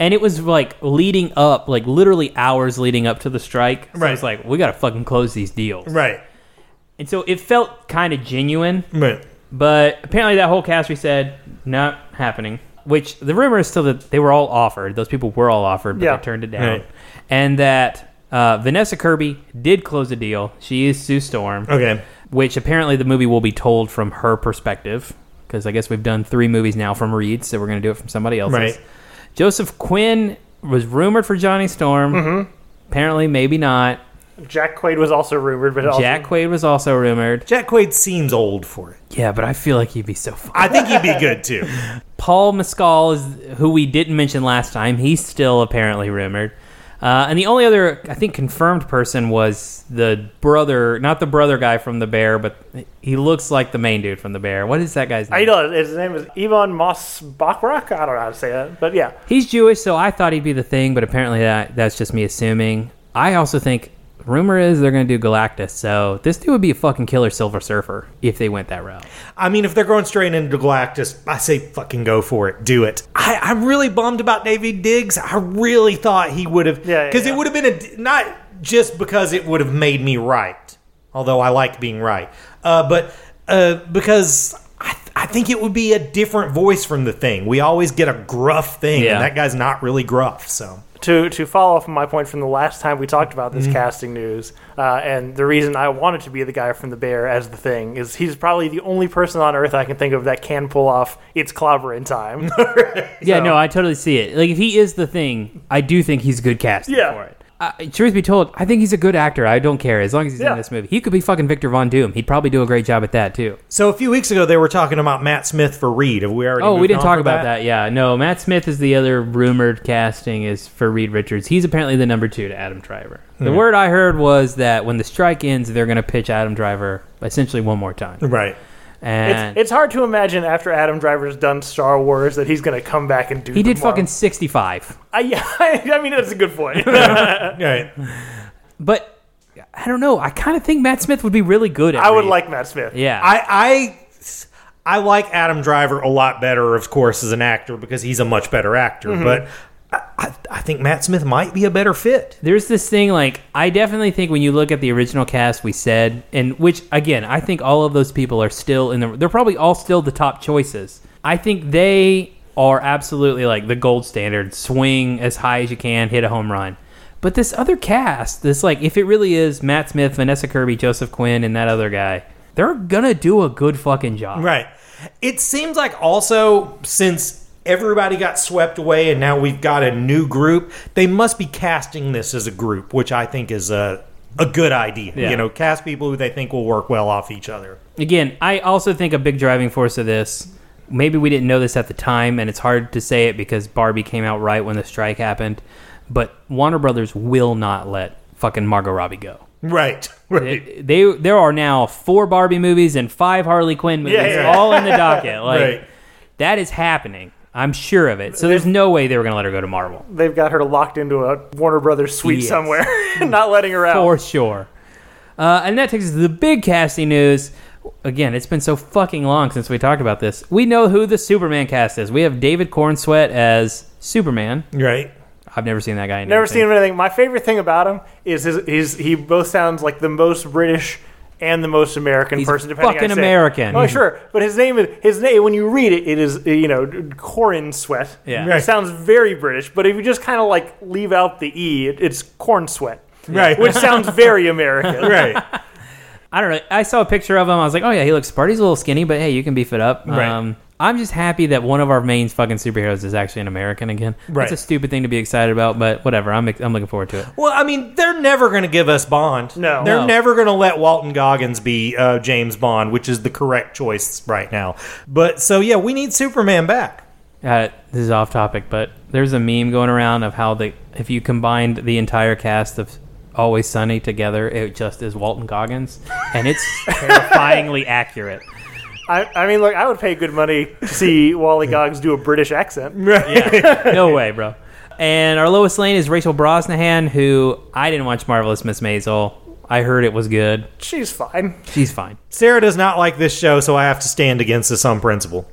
Speaker 1: and it was like leading up, like literally hours leading up to the strike. So
Speaker 3: Right.
Speaker 1: it's like we gotta fucking close these deals.
Speaker 3: right
Speaker 1: And so it felt kind of genuine.
Speaker 3: right
Speaker 1: But apparently, that whole cast we said not happening. Which the rumor is still that they were all offered. Those people were all offered, but
Speaker 2: Yeah.
Speaker 1: they turned it down.
Speaker 3: Right.
Speaker 1: And that uh, Vanessa Kirby did close a deal. She is Sue Storm,
Speaker 3: okay
Speaker 1: which apparently the movie will be told from her perspective. Because I guess we've done three movies now from Reed, so we're going to do it from somebody else's.
Speaker 3: Right.
Speaker 1: Joseph Quinn was rumored for Johnny Storm. Apparently, maybe not.
Speaker 2: Jack Quaid was also rumored, but also,
Speaker 1: Jack Quaid was also rumored.
Speaker 3: Jack Quaid seems old for it
Speaker 1: Yeah, but I feel like he'd be so fun.
Speaker 3: I think he'd be good too
Speaker 1: Paul Mescal is who we didn't mention last time. He's still apparently rumored. Uh, and the only other, I think, confirmed person was the brother, not the brother guy from The Bear, but he looks like the main dude from The Bear. What is that guy's
Speaker 2: I
Speaker 1: name?
Speaker 2: know his name is Ivan Moss Bachrock. I don't know how to say that, but yeah,
Speaker 1: He's Jewish, so I thought he'd be the thing, but apparently that that's just me assuming. I also think, rumor is they're going to do Galactus, so this dude would be a fucking killer Silver Surfer if they went that route.
Speaker 3: I mean, if they're going straight into Galactus, I say fucking go for it. Do it. I, I'm really bummed about David Diggs. I really thought he would have.
Speaker 2: Yeah, yeah,
Speaker 3: Because
Speaker 2: yeah.
Speaker 3: it would have been a. Not just because it would have made me right, although I like being right, uh, but uh, because. I I think it would be a different voice from the thing. We always get a gruff thing,
Speaker 1: Yeah.
Speaker 3: and that guy's not really gruff. So
Speaker 2: to to follow up on my point from the last time we talked about this casting news, uh, and the reason I wanted to be the guy from the bear as the thing is he's probably the only person on Earth I can think of that can pull off it's clobber in time.
Speaker 1: Yeah,
Speaker 2: So-
Speaker 1: no, I totally see it. Like if he is the thing, I do think he's good casting
Speaker 2: Yeah.
Speaker 1: for it. Uh, truth be told, I think he's a good actor. I don't care as long as he's
Speaker 2: Yeah.
Speaker 1: in this movie. He could be fucking Victor Von Doom. He'd probably do a great job at that too.
Speaker 3: so a few weeks ago they were talking about Matt Smith for Reed. Have we already?
Speaker 1: Oh, we
Speaker 3: moved
Speaker 1: didn't
Speaker 3: on
Speaker 1: talk
Speaker 3: from
Speaker 1: about that? Yeah, no. Matt Smith is the other rumored casting is for Reed Richards. He's apparently the number two to Adam Driver. The word I heard was that when the strike ends, they're going to pitch Adam Driver essentially one more time.
Speaker 3: Right.
Speaker 1: And
Speaker 2: it's, it's hard to imagine after Adam Driver's done Star Wars that he's going to come back and do.
Speaker 1: he
Speaker 2: the
Speaker 1: did
Speaker 2: Marvel-
Speaker 1: fucking sixty-five.
Speaker 2: I, yeah, I mean, that's a good point.
Speaker 3: Right.
Speaker 1: But I don't know. I kind of think Matt Smith would be really good. at
Speaker 2: I would
Speaker 1: Reed.
Speaker 2: like Matt Smith.
Speaker 1: Yeah,
Speaker 3: I I I like Adam Driver a lot better, of course, as an actor because he's a much better actor. But I, I, I think Matt Smith might be a better fit.
Speaker 1: there's this thing like I definitely think when you look at the original cast we said and which again I think all of those people are still in the they're probably all still the top choices. I think they are absolutely like the gold standard swing as high as you can hit a home run. But this other cast, this like if it really is Matt Smith, Vanessa Kirby, Joseph Quinn and that other guy, they're going to do a good fucking job.
Speaker 3: Right. It seems like also since everybody got swept away and now we've got a new group, they must be casting this as a group, which I think is a a good idea.
Speaker 1: Yeah.
Speaker 3: You know, cast people who they think will work well off each other.
Speaker 1: again, I also think a big driving force of this. Maybe we didn't know this at the time, and it's hard to say it because Barbie came out right when the strike happened. But Warner Brothers will not let fucking Margot Robbie go.
Speaker 3: Right. Right.
Speaker 1: They, they there are now four Barbie movies and five Harley Quinn movies,
Speaker 2: Yeah, yeah.
Speaker 1: all in the docket. Like
Speaker 3: Right.
Speaker 1: that is happening. I'm sure of it. So there's no way they were going to let her go to Marvel
Speaker 2: They've got her locked into a Warner Brothers suite
Speaker 1: Yes. Mm.
Speaker 2: somewhere, not letting her out.
Speaker 1: for sure. Uh, and that takes us to the big casting news. again, it's been so fucking long since we talked about this. We know who the Superman cast is. We have David Cornsweet as Superman.
Speaker 3: Right.
Speaker 1: I've never seen that guy. In
Speaker 2: Never
Speaker 1: anything.
Speaker 2: seen him in anything. My favorite thing about him is his, his he both sounds like the most British and the most American
Speaker 1: He's
Speaker 2: person, depending
Speaker 1: fucking
Speaker 2: on how you say it.
Speaker 1: American.
Speaker 2: Oh, sure, but his name is his name. When you read it, it is you know Corin Sweat.
Speaker 1: Yeah.
Speaker 2: it
Speaker 3: Right.
Speaker 2: sounds very British. But if you just kind of like leave out the e, it, it's Corn Sweat,
Speaker 3: Right.
Speaker 2: which sounds very American.
Speaker 3: right.
Speaker 1: I don't know. I saw a picture of him. I was like, oh yeah, he looks part. He's a little skinny, but hey, you can beef it up.
Speaker 3: Right.
Speaker 1: Um, I'm just happy that one of our main fucking superheroes is actually an American again.
Speaker 3: Right.
Speaker 1: That's a stupid thing to be excited about, but whatever. I'm I'm looking forward to it.
Speaker 3: Well, I mean, they're never going to give us Bond.
Speaker 2: No.
Speaker 3: They're
Speaker 1: No.
Speaker 3: never going to let Walton Goggins be uh, James Bond, which is the correct choice right now. But so, yeah, we need Superman back.
Speaker 1: Uh, this is off topic, but there's a meme going around of how the if you combined the entire cast of Always Sunny together, it just is Walton Goggins, and it's terrifyingly accurate.
Speaker 2: I, I mean, look, I would pay good money to see Wally Goggs do a British accent.
Speaker 1: no way, bro. And our Lois Lane is Rachel Brosnahan, who I didn't watch Marvelous Miss Maisel. I heard it was good.
Speaker 2: She's fine.
Speaker 1: She's fine.
Speaker 3: Sarah does not like this show, so I have to stand against this on principle.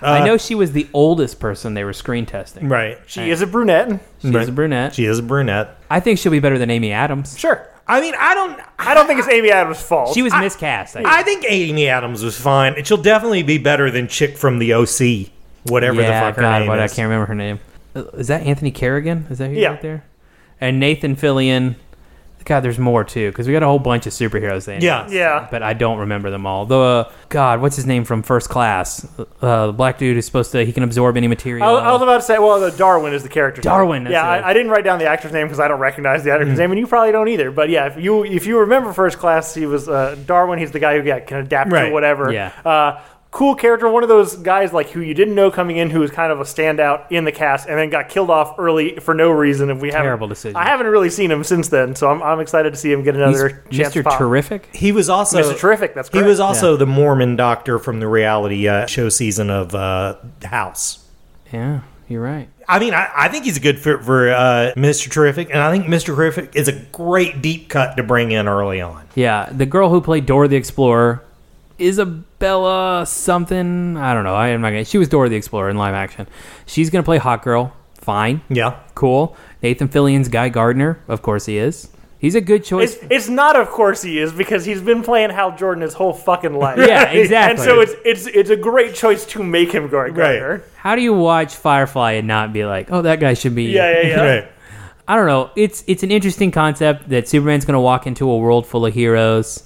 Speaker 1: I know she was the oldest person they were screen testing.
Speaker 3: Right.
Speaker 2: She is a brunette.
Speaker 1: She's
Speaker 3: Right.
Speaker 1: a brunette.
Speaker 3: She is a brunette.
Speaker 1: I think she'll be better than Amy Adams.
Speaker 2: Sure.
Speaker 3: I mean, I don't.
Speaker 2: I don't think it's Amy Adams' fault.
Speaker 1: She was miscast. I,
Speaker 3: I think Amy Adams was fine. and She'll definitely be better than Chick from the OC, whatever
Speaker 1: yeah,
Speaker 3: the fuck her
Speaker 1: God,
Speaker 3: name
Speaker 1: what,
Speaker 3: is.
Speaker 1: I can't remember her name. Uh, Is that Anthony Kerrigan? Is that who
Speaker 2: Yeah.
Speaker 1: right there? And Nathan Fillion. God, there's more too, because we got a whole bunch of superheroes. They
Speaker 3: Yeah.
Speaker 1: announced,
Speaker 2: Yeah.
Speaker 1: But I don't remember them all. The uh, God, what's his name from First Class? Uh, the black dude who's supposed to he can absorb any material.
Speaker 2: I, I was about to say, well, the Darwin is the character. name.
Speaker 1: Uh, Darwin, that's Hmm.
Speaker 2: Yeah,
Speaker 1: it.
Speaker 2: I, I didn't write down the actor's name because I don't recognize the actor's name, and you probably don't either. But yeah, if you if you remember First Class, he was uh, Darwin. He's the guy who yeah, can adapt
Speaker 3: Right.
Speaker 2: to whatever.
Speaker 1: Yeah.
Speaker 2: Uh, cool character. One of those guys like who you didn't know coming in, who was kind of a standout in the cast, and then got killed off early for no reason. And we haven't-
Speaker 1: Terrible decision.
Speaker 2: I haven't really seen him since then, so I'm, I'm excited to see him get
Speaker 1: He's
Speaker 2: another chance. to
Speaker 1: Mr.
Speaker 2: pop.
Speaker 1: Terrific.
Speaker 3: He was also
Speaker 2: Mr. Terrific. That's
Speaker 3: He
Speaker 2: correct.
Speaker 3: was also the Mormon doctor from the reality uh, show season of uh, House.
Speaker 1: Yeah, you're right.
Speaker 3: I mean, I, I think he's a good fit for uh, Mr. Terrific, and I think Mr. Terrific is a great deep cut to bring in early on.
Speaker 1: Yeah, the girl who played Dora the Explorer, Isabella something. I don't know. I am not gonna. She was Dora the Explorer in live action. She's gonna play Hot Girl. Fine,
Speaker 3: Yeah.
Speaker 1: cool. Nathan Fillion's Guy Gardner. Of course he is. He's a good choice.
Speaker 2: It's, it's not, of course, he is because he's been playing Hal Jordan his whole fucking life.
Speaker 1: Yeah, exactly.
Speaker 2: And so it's it's it's a great choice to make him Gary Gardner.
Speaker 3: Right.
Speaker 1: How do you watch Firefly and not be like, oh, that guy should be?
Speaker 2: Yeah, yeah, yeah.
Speaker 3: Right.
Speaker 1: I don't know. It's it's an interesting concept that Superman's going to walk into a world full of heroes,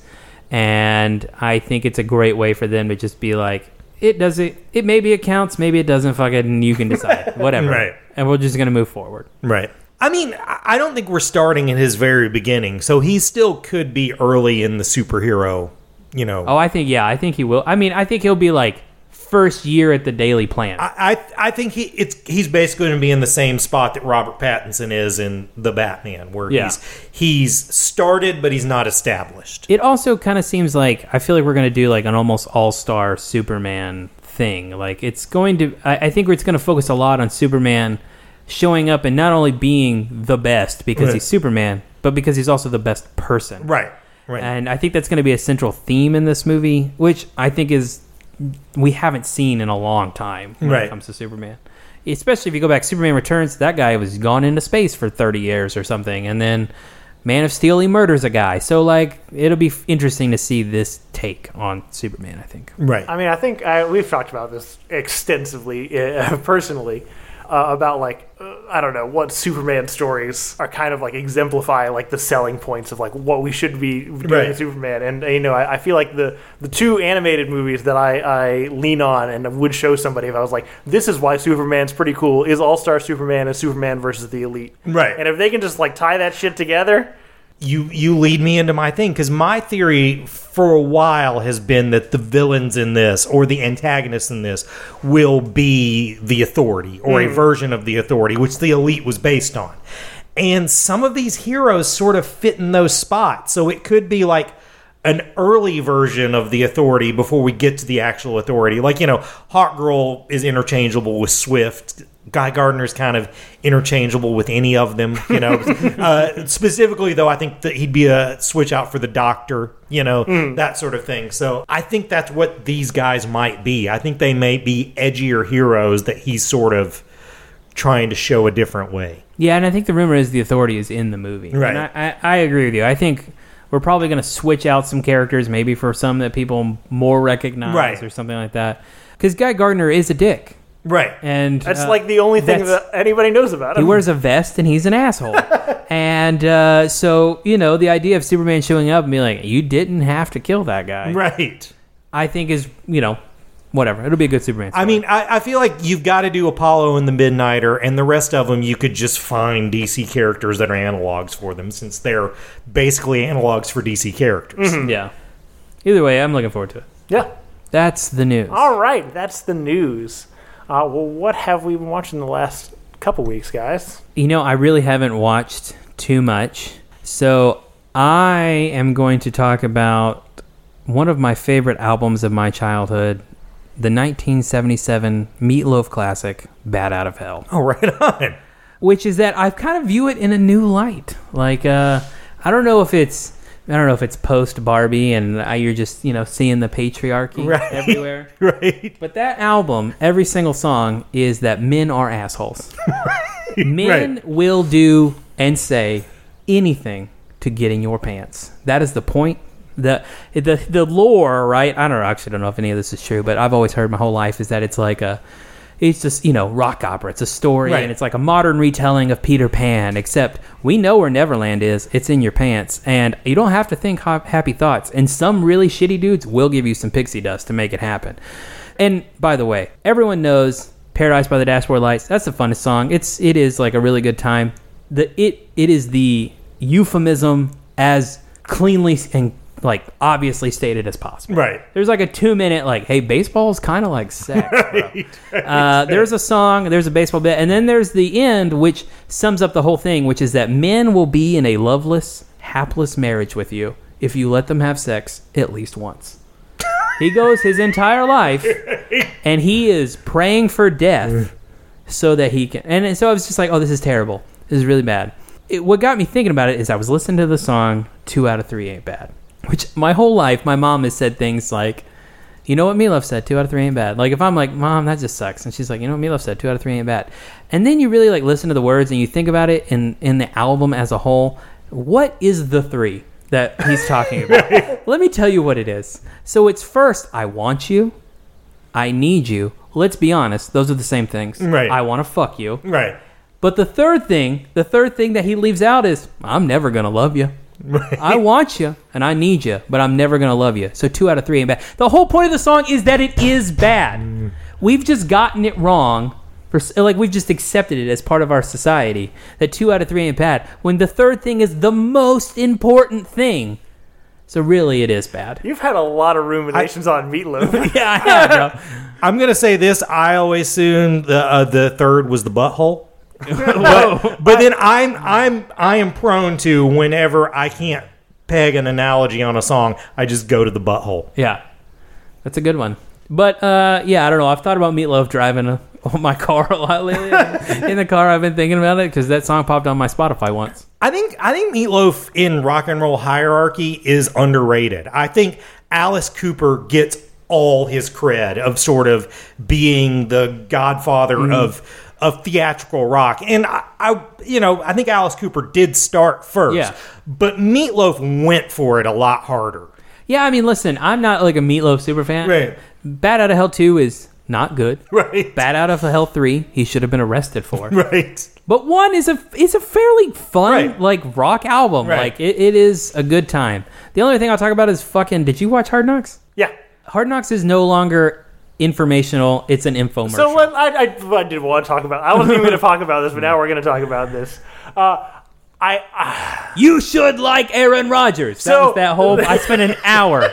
Speaker 1: and I think it's a great way for them to just be like, it does it. It maybe it counts, maybe it doesn't. Fuck it, and you can decide whatever.
Speaker 3: Right.
Speaker 1: And we're just going to move forward.
Speaker 3: Right. I mean, I I don't think we're starting at his very beginning, so he still could be early in the superhero, you know.
Speaker 1: Oh, I think yeah, I think he will. I mean, I think he'll be like first year at the Daily Plan.
Speaker 3: I, I I think he it's he's basically going to be in the same spot that Robert Pattinson is in the Batman, where
Speaker 1: Yeah.
Speaker 3: he's he's started but he's not established.
Speaker 1: It also kind of seems like I feel like we're going to do like an almost all star Superman thing. Like it's going to, I, I think it's going to focus a lot on Superman showing up and not only being the best because
Speaker 3: Right.
Speaker 1: he's Superman, but because he's also the best person.
Speaker 3: Right. Right.
Speaker 1: And I think that's going to be a central theme in this movie, which I think is we haven't seen in a long time when
Speaker 3: Right.
Speaker 1: it comes to Superman. Especially if you go back, Superman Returns, that guy was gone into space for 30 years or something. And then Man of Steel, he murders a guy. So, like, it'll be f- interesting to see this take on Superman, I think.
Speaker 3: right.
Speaker 2: I mean, I think I, we've talked about this extensively, uh, personally, uh, about like uh, I don't know what Superman stories are kind of like exemplify like the selling points of like what we should be doing
Speaker 3: Right.
Speaker 2: with Superman, and uh, you know I, I feel like the the two animated movies that I, I lean on and would show somebody if I was like this is why Superman's pretty cool is All Star Superman and Superman versus the Elite,
Speaker 3: Right.
Speaker 2: And if they can just like tie that shit together,
Speaker 3: you you lead me into my thing because my theory for a while has been that the villains in this or the antagonists in this will be the authority or a version of the authority which the elite was based on and some of these heroes sort of fit in those spots so it could be like an early version of the authority before we get to the actual authority like you know hot girl is interchangeable with swift Guy Gardner's kind of interchangeable with any of them, you know. uh, specifically, though, I think that he'd be a switch out for the Doctor, you know, that sort of thing. So I think that's what these guys might be. I think they may be edgier heroes that he's sort of trying to show a different way.
Speaker 1: Yeah, and I think the rumor is the authority is in the movie.
Speaker 3: Right.
Speaker 1: And I, I, I agree with you. I think we're probably going to switch out some characters, maybe for some that people more recognize
Speaker 3: Right.
Speaker 1: or something like that. Because Guy Gardner is a dick,
Speaker 3: Right.
Speaker 1: and
Speaker 2: That's
Speaker 1: uh,
Speaker 2: like the only thing
Speaker 1: that's-
Speaker 2: that anybody knows about
Speaker 1: he
Speaker 2: him.
Speaker 1: wears a vest and he's an asshole. and uh, so you know, the idea of Superman showing up and being like, "You didn't have to kill that guy,"
Speaker 3: Right.
Speaker 1: I think is you know, whatever. It'll be a good Superman.
Speaker 3: I mean, I, I feel like you've got to do Apollo and the Midnighter, and the rest of them you could just find DC characters that are analogs for them, since they're basically analogs for DC characters.
Speaker 1: story. yeah. Either way, I'm looking forward to it.
Speaker 2: yeah.
Speaker 1: That's the news.
Speaker 2: All right, that's the news. Uh, well, what have we been watching the last couple weeks, guys?
Speaker 1: You know, I really haven't watched too much. So I am going to talk about one of my favorite albums of my childhood, the 1977 Meatloaf classic, Bad Out of Hell,
Speaker 3: Oh, right on.
Speaker 1: which is that I kind of view it in a new light. Like, uh, I don't know if it's. I don't know if it's post Barbie and uh, you're just, you know, seeing the patriarchy
Speaker 3: Right.
Speaker 1: everywhere.
Speaker 3: Right.
Speaker 1: But that album, every single song is that men are assholes. men
Speaker 3: Right.
Speaker 1: will do and say anything to get in your pants. That is the point. The the the lore, right? I don't know, actually don't know if any of this is true, but I've always heard my whole life is that it's like a it's just, you know, rock opera. It's a story
Speaker 3: Right.
Speaker 1: and it's like a modern retelling of Peter Pan, except we know where Neverland is. It's in your pants. And you don't have to think ha- happy thoughts. And some really shitty dudes will give you some pixie dust to make it happen. And by the way, everyone knows Paradise by the Dashboard Lights. That's the funnest song. It's it is like a really good time. The it it is the euphemism as cleanly and like obviously stated as possible.
Speaker 3: Right.
Speaker 1: There's like a two minute like, hey, baseball's kind of like sex. bro. Uh, there's a song, there's a baseball bit, and then there's the end, which sums up the whole thing, which is that men will be in a loveless, hapless marriage with you if you let them have sex at least once. he goes his entire life, and he is praying for death so that he can. And so I was just like, oh, this is terrible. This is really bad. It, what got me thinking about it is I was listening to the song Two Out of Three Ain't Bad, which my whole life, my mom has said things like, you know what Meatloaf said, two out of three ain't bad. Like if I'm like, Mom, that just sucks, and she's like, you know what Meatloaf said, two out of three ain't bad. And then you really like listen to the words and you think about it in in the album as a whole. What is the three that he's talking about? Let me tell you what it is. So it's first, I want you, I need you. Let's be honest, those are the same things.
Speaker 3: Right.
Speaker 1: I want to fuck you.
Speaker 3: Right.
Speaker 1: But the third thing, the third thing that he leaves out is, I'm never gonna love you. I want you and I need you, but I'm never gonna love you. So two out of three ain't bad. The whole point of the song is that it is bad. We've just gotten it wrong. For, s- like we've just accepted it as part of our society that two out of three ain't bad. When the third thing is the most important thing, so really it is bad.
Speaker 2: You've had a lot of ruminations on meatloaf.
Speaker 1: Yeah, I have, bro.
Speaker 3: I'm gonna say this. I always assumed the uh, the third was the butthole. but, but then I'm I'm I am prone to whenever I can't peg an analogy on a song, I just go to the butthole.
Speaker 1: Yeah, that's a good one. But uh, yeah, I don't know. I've thought about Meatloaf driving uh on my car a lot lately. In the car, I've been thinking about it because that song popped on my Spotify once.
Speaker 3: I think I think Meatloaf in rock and roll hierarchy is underrated. I think Alice Cooper gets all his cred of sort of being the godfather of of theatrical rock. And I, I you know, I think Alice Cooper did start first.
Speaker 1: Yeah.
Speaker 3: But Meatloaf went for it a lot harder.
Speaker 1: Yeah, I mean, listen, I'm not like a Meatloaf super fan.
Speaker 3: Right.
Speaker 1: Bad Out of Hell Two is not good.
Speaker 3: Right.
Speaker 1: Bad Out of Hell Three, he should have been arrested for.
Speaker 3: Right.
Speaker 1: But one is a is a fairly fun
Speaker 3: Right.
Speaker 1: like rock album.
Speaker 3: Right.
Speaker 1: Like it, it is a good time. The only thing I'll talk about is fucking. Did you watch Hard Knocks?
Speaker 2: yeah.
Speaker 1: Hard Knocks is no longer informational. It's an infomercial.
Speaker 2: So what I, I, I did want to talk about. I wasn't even going to talk about this, but now we're going to talk about this. Uh, I, I
Speaker 1: You should like Aaron Rodgers. that
Speaker 2: So-
Speaker 1: was that whole. I spent an hour.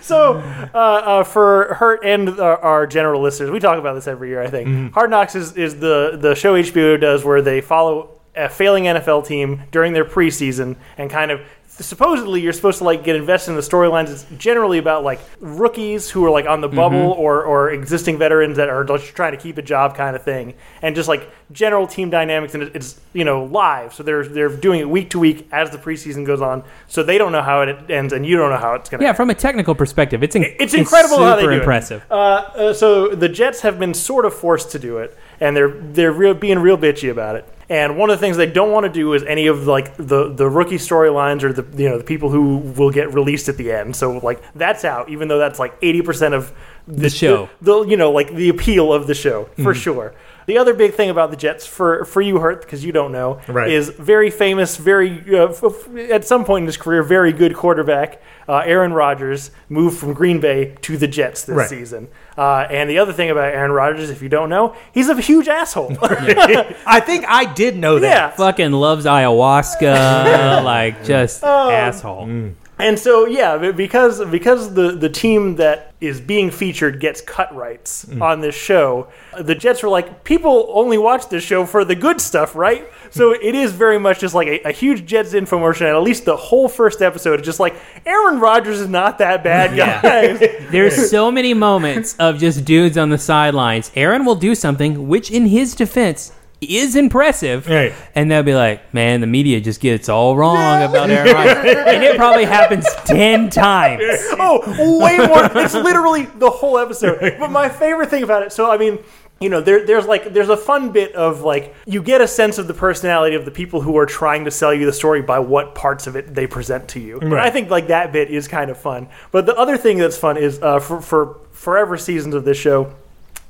Speaker 2: so uh, uh, for Hurt and uh, our general listeners, we talk about this every year. I think Hard Knocks is, is the the show HBO does where they follow a failing NFL team during their preseason and kind of supposedly you're supposed to like get invested in the storylines. It's generally about like rookies who are like on the bubble or or existing veterans that are just trying to keep a job kind of thing, and just like general team dynamics. And it- it's you know live, so they're they're doing it week to week as the preseason goes on. So they don't know how it ends, and you don't know how it's going to
Speaker 1: Yeah, from a technical perspective, it's in-
Speaker 2: it's incredible
Speaker 1: super
Speaker 2: how they do it.
Speaker 1: impressive.
Speaker 2: Uh, uh, so the Jets have been sort of forced to do it, and they're they're real, being real bitchy about it. And one of the things they don't want to do is any of like the the rookie storylines or the you know the people who will get released at the end. So like that's out, even though that's like eighty percent of
Speaker 1: The show. Mm-hmm.
Speaker 2: the you know like the appeal of the show for sure. The other big thing about the Jets for for you Hurt because you don't know
Speaker 3: Right.
Speaker 2: is very famous, very uh, f- f- at some point in his career, very good quarterback uh, Aaron Rodgers moved from Green Bay to the Jets this
Speaker 3: Right.
Speaker 2: season. Uh, and the other thing about Aaron Rodgers, if you don't know, he's a huge asshole.
Speaker 3: I think I did know that.
Speaker 2: yeah,
Speaker 1: Fucking loves ayahuasca, like just asshole.
Speaker 2: And so yeah, be- because because the the team that is being featured gets cut rights on this show, the Jets were like, people only watch this show for the good stuff, right? So it is very much just like a, a huge Jets infomercial, and at least the whole first episode is just like Aaron Rodgers is not that bad, guys. Oh.
Speaker 1: There's so many moments of just dudes on the sidelines. Aaron will do something, which in his defense is impressive.
Speaker 3: Right.
Speaker 1: And they'll be like, man, the media just gets all wrong about Aaron Rodgers. and it probably happens 10 times.
Speaker 2: oh, way more. It's literally the whole episode. But my favorite thing about it, so I mean, you know, there, there's like there's a fun bit of like you get a sense of the personality of the people who are trying to sell you the story by what parts of it they present to you. And I
Speaker 3: Right.
Speaker 2: think like that bit is kind of fun. But the other thing that's fun is uh, for, for forever seasons of this show,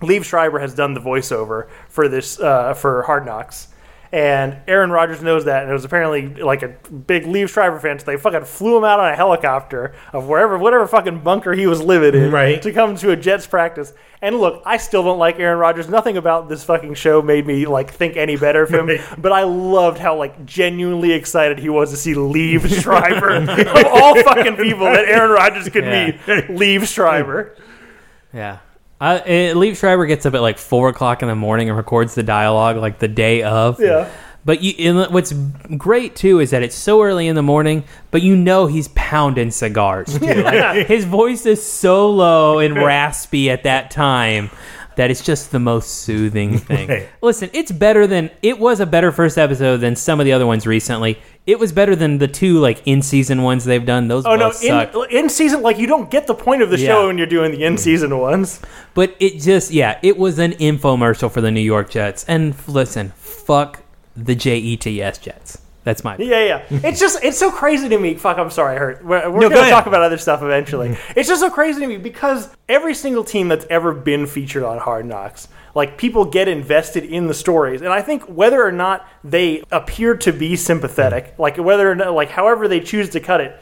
Speaker 2: Liev Schreiber has done the voiceover for this uh, for Hard Knocks. And Aaron Rodgers knows that, and it was apparently like a big Liev Schreiber fan, so they fucking flew him out on a helicopter of wherever, whatever fucking bunker he was living in,
Speaker 3: Right.
Speaker 2: to come to a Jets practice. And look, I still don't like Aaron Rodgers. Nothing about this fucking show made me like think any better of him. But I loved how like genuinely excited he was to see Liev Schreiber of all fucking people that Aaron Rodgers could
Speaker 1: Yeah.
Speaker 2: meet, Liev Schreiber.
Speaker 1: Yeah. I, it, Leif Schreiber gets up at like four o'clock in the morning and records the dialogue like the day of.
Speaker 2: Yeah.
Speaker 1: But you, and what's great too is that it's so early in the morning, but you know he's pounding cigars too. Like, his voice is so low and raspy at that time that it's just the most soothing thing.
Speaker 3: Right.
Speaker 1: Listen, it's better than it was a better first episode than some of the other ones recently. It was better than the two like in season ones they've done. Those
Speaker 2: Oh
Speaker 1: both suck.
Speaker 2: no, in, in season like you don't get the point of the
Speaker 1: Yeah.
Speaker 2: show when you're doing the in season ones.
Speaker 1: But it just, yeah, it was an infomercial for the New York Jets. And f- listen, fuck the J E T S Jets. That's my.
Speaker 2: Yeah, yeah. It's just it's so crazy to me. Fuck, I'm sorry, I hurt. We're, we're
Speaker 3: No, go
Speaker 2: gonna
Speaker 3: ahead. Mm-hmm.
Speaker 2: talk about other stuff eventually. It's just so crazy to me because every single team that's ever been featured on Hard Knocks, like people get invested in the stories, and I think whether or not they appear to be
Speaker 3: Mm-hmm.
Speaker 2: sympathetic, like whether or not, like however they choose to cut it,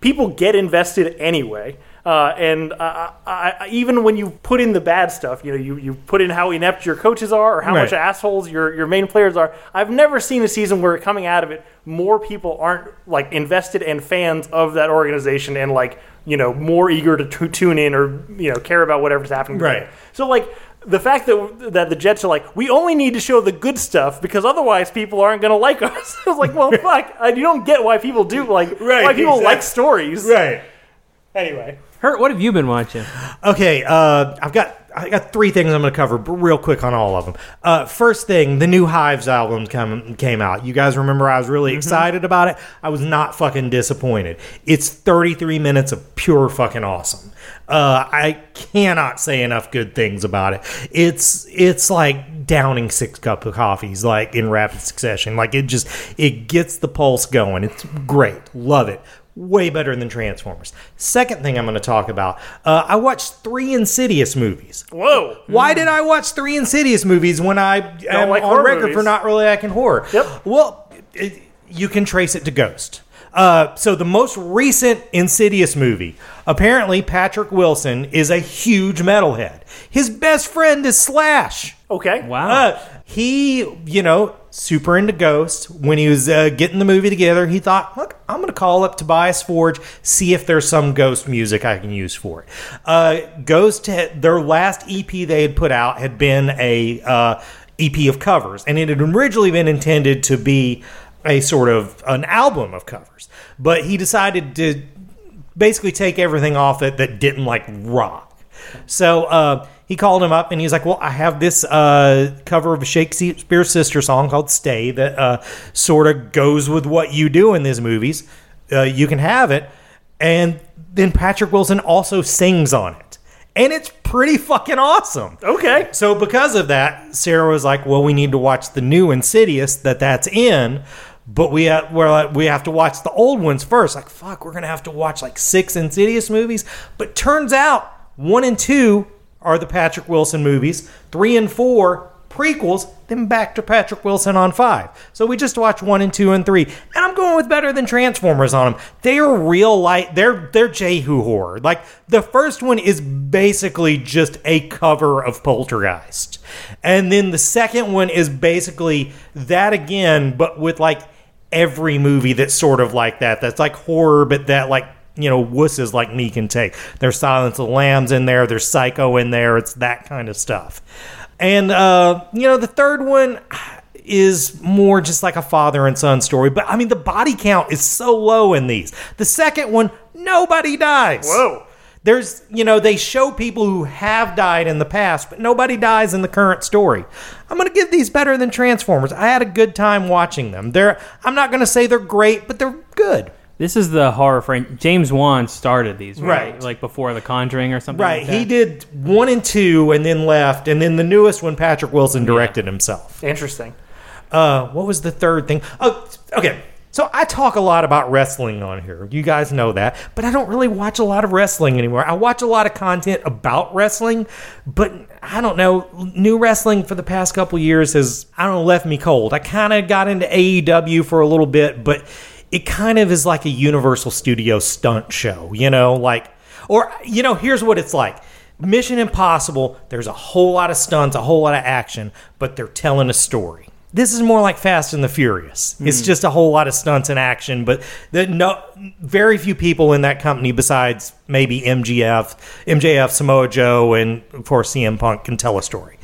Speaker 2: people get invested anyway. Uh, and uh, I, I, even when you put in the bad stuff, you know, you, you put in how inept your coaches are or how much
Speaker 3: Right.
Speaker 2: assholes your, your main players are. I've never seen a season where coming out of it, more people aren't like invested and fans of that organization and like, you know, more eager to t- tune in or, you know, care about whatever's happening.
Speaker 3: Right.
Speaker 2: So like the fact that that the Jets are like, we only need to show the good stuff because otherwise people aren't going to like us. I was like, well, fuck, I, you don't get why people do like
Speaker 3: Right,
Speaker 2: why people
Speaker 3: exactly.
Speaker 2: like stories.
Speaker 3: Right.
Speaker 2: Anyway,
Speaker 1: Hurt, what have you been watching?
Speaker 3: Okay, uh, I've got I got three things I'm going to cover, but real quick on all of them. Uh, first thing, the new Hives album come, came out. You guys remember I was really excited about it. I was not fucking disappointed. It's 33 minutes of pure fucking awesome. Uh, I cannot say enough good things about it. It's it's like downing six cup of coffees like in rapid succession. Like it just it gets the pulse going. It's great. Love it way better than Transformers. Second thing I'm going to talk about, uh, I watched three Insidious movies.
Speaker 2: whoa,
Speaker 3: Why did I watch three Insidious movies when I am
Speaker 2: like horror
Speaker 3: on record for
Speaker 2: movies.
Speaker 3: not really liking horror?
Speaker 2: Yep.
Speaker 3: Well, it, you can trace it to Ghost. Uh, so the most recent Insidious movie, apparently Patrick Wilson is a huge metalhead. His best friend is Slash.
Speaker 2: okay,
Speaker 1: Wow.
Speaker 3: Uh, he, you know, super into ghosts. When he was uh, getting the movie together, he thought, look, I'm going to call up Tobias Forge, see if there's some ghost music I can use for it. Uh, ghost, had, their last EP they had put out E had been a uh, EP of covers, and it had originally been intended to be a sort of an album of covers, but he decided to basically take everything off it that didn't like rock. So uh, he called him up and he's like, "Well, I have this uh, cover of a Shakespeare sister song called Stay that uh, sort of goes with what you do in these movies. Uh, you can have it." And then Patrick Wilson also sings on it, and it's pretty fucking awesome.
Speaker 2: Okay.
Speaker 3: So because of that, Sarah was like, "Well, we need to watch the new Insidious that that's in, but we ha- we're like, we have to watch the old ones first. Like, fuck, we're gonna have to watch like six Insidious movies. But turns out one and two are the Patrick Wilson movies. Three and four prequels. Then back to Patrick Wilson on five. So we just watched one and two and three, and I'm going with better than Transformers on them. They are real light. They're they're Jehu horror. Like the first one is basically just a cover of Poltergeist, and then the second one is basically that again, but with like every movie that's sort of like that. That's like horror, but that like you know wusses like me can take. There's Silence of the Lambs in there. There's Psycho in there. It's that kind of stuff. And uh, you know the third one is more just like a father and son story. But I mean the body count is so low in these. The second one, nobody dies.
Speaker 2: Whoa.
Speaker 3: There's, you know, they show people who have died in the past, but nobody dies in the current story. I'm going to give these better than Transformers. I had a good time watching them. They're, I'm not going to say they're great, but they're good.
Speaker 1: This is the horror frame. James Wan started these, right?
Speaker 3: Right.
Speaker 1: Like before The Conjuring or something.
Speaker 3: Right.
Speaker 1: like
Speaker 3: He
Speaker 1: that.
Speaker 3: did one and two and then left. And then the newest one, Patrick Wilson directed himself.
Speaker 2: Interesting.
Speaker 3: Uh, what was the third thing? Oh, okay. So I talk a lot about wrestling on here. You guys know that. But I don't really watch a lot of wrestling anymore. I watch a lot of content about wrestling, but I don't know. New wrestling for the past couple years has, I don't know, left me cold. I kind of got into AEW for a little bit, but it kind of is like a Universal Studio stunt show, you know? Like, or, you know, here's what it's like Mission Impossible, there's a whole lot of stunts, a whole lot of action, but they're telling a story. This is more like Fast and the Furious. It's just a whole lot of stunts and action, but the, no, very few people in that company, besides maybe MGF, MJF, Samoa Joe, and of course CM Punk, can tell a story.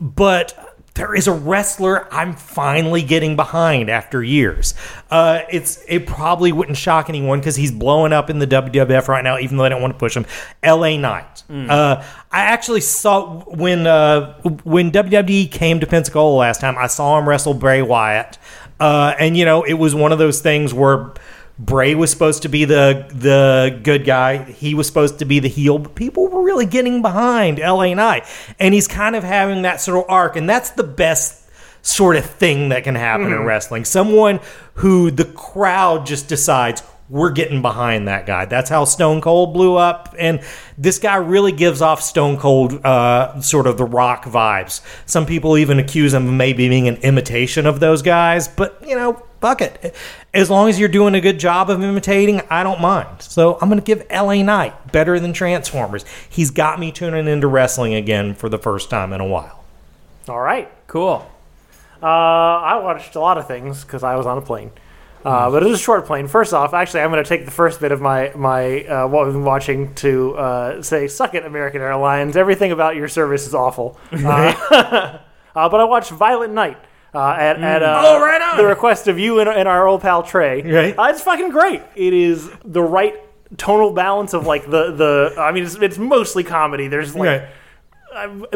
Speaker 3: But there is a wrestler I'm finally getting behind after years. Uh, it's it probably wouldn't shock anyone because he's blowing up in the WWF right now, even though I don't want to push him. L.A. Knight. Uh, I actually saw when uh, when WWE came to Pensacola last time. I saw him wrestle Bray Wyatt, uh, and you know it was one of those things where. Bray was supposed to be the the good guy. He was supposed to be the heel, but people were really getting behind LA Knight. And he's kind of having that sort of arc, and that's the best sort of thing that can happen in wrestling. Someone who the crowd just decides we're getting behind that guy. That's how Stone Cold blew up, and this guy really gives off Stone Cold uh, sort of the Rock vibes. Some people even accuse him of maybe being an imitation of those guys, but you know, fuck it. As long as you're doing a good job of imitating, I don't mind. So I'm going to give LA Knight better than Transformers. He's got me tuning into wrestling again for the first time in a while.
Speaker 2: All right.
Speaker 1: Cool.
Speaker 2: Uh, I watched a lot of things because I was on a plane. Uh, but it was a short plane. First off, actually, I'm going to take the first bit of my my uh, what we've been watching to uh, say, "Suck it, American Airlines. Everything about your service is awful." Uh, uh, but I watched Violent Night uh, at, at uh,
Speaker 3: Oh, right on.
Speaker 2: the request of you and, and our old pal Trey.
Speaker 3: Right.
Speaker 2: Uh, it's fucking great. It is the right tonal balance of like the the. I mean, it's, it's mostly comedy. There's like
Speaker 3: Right.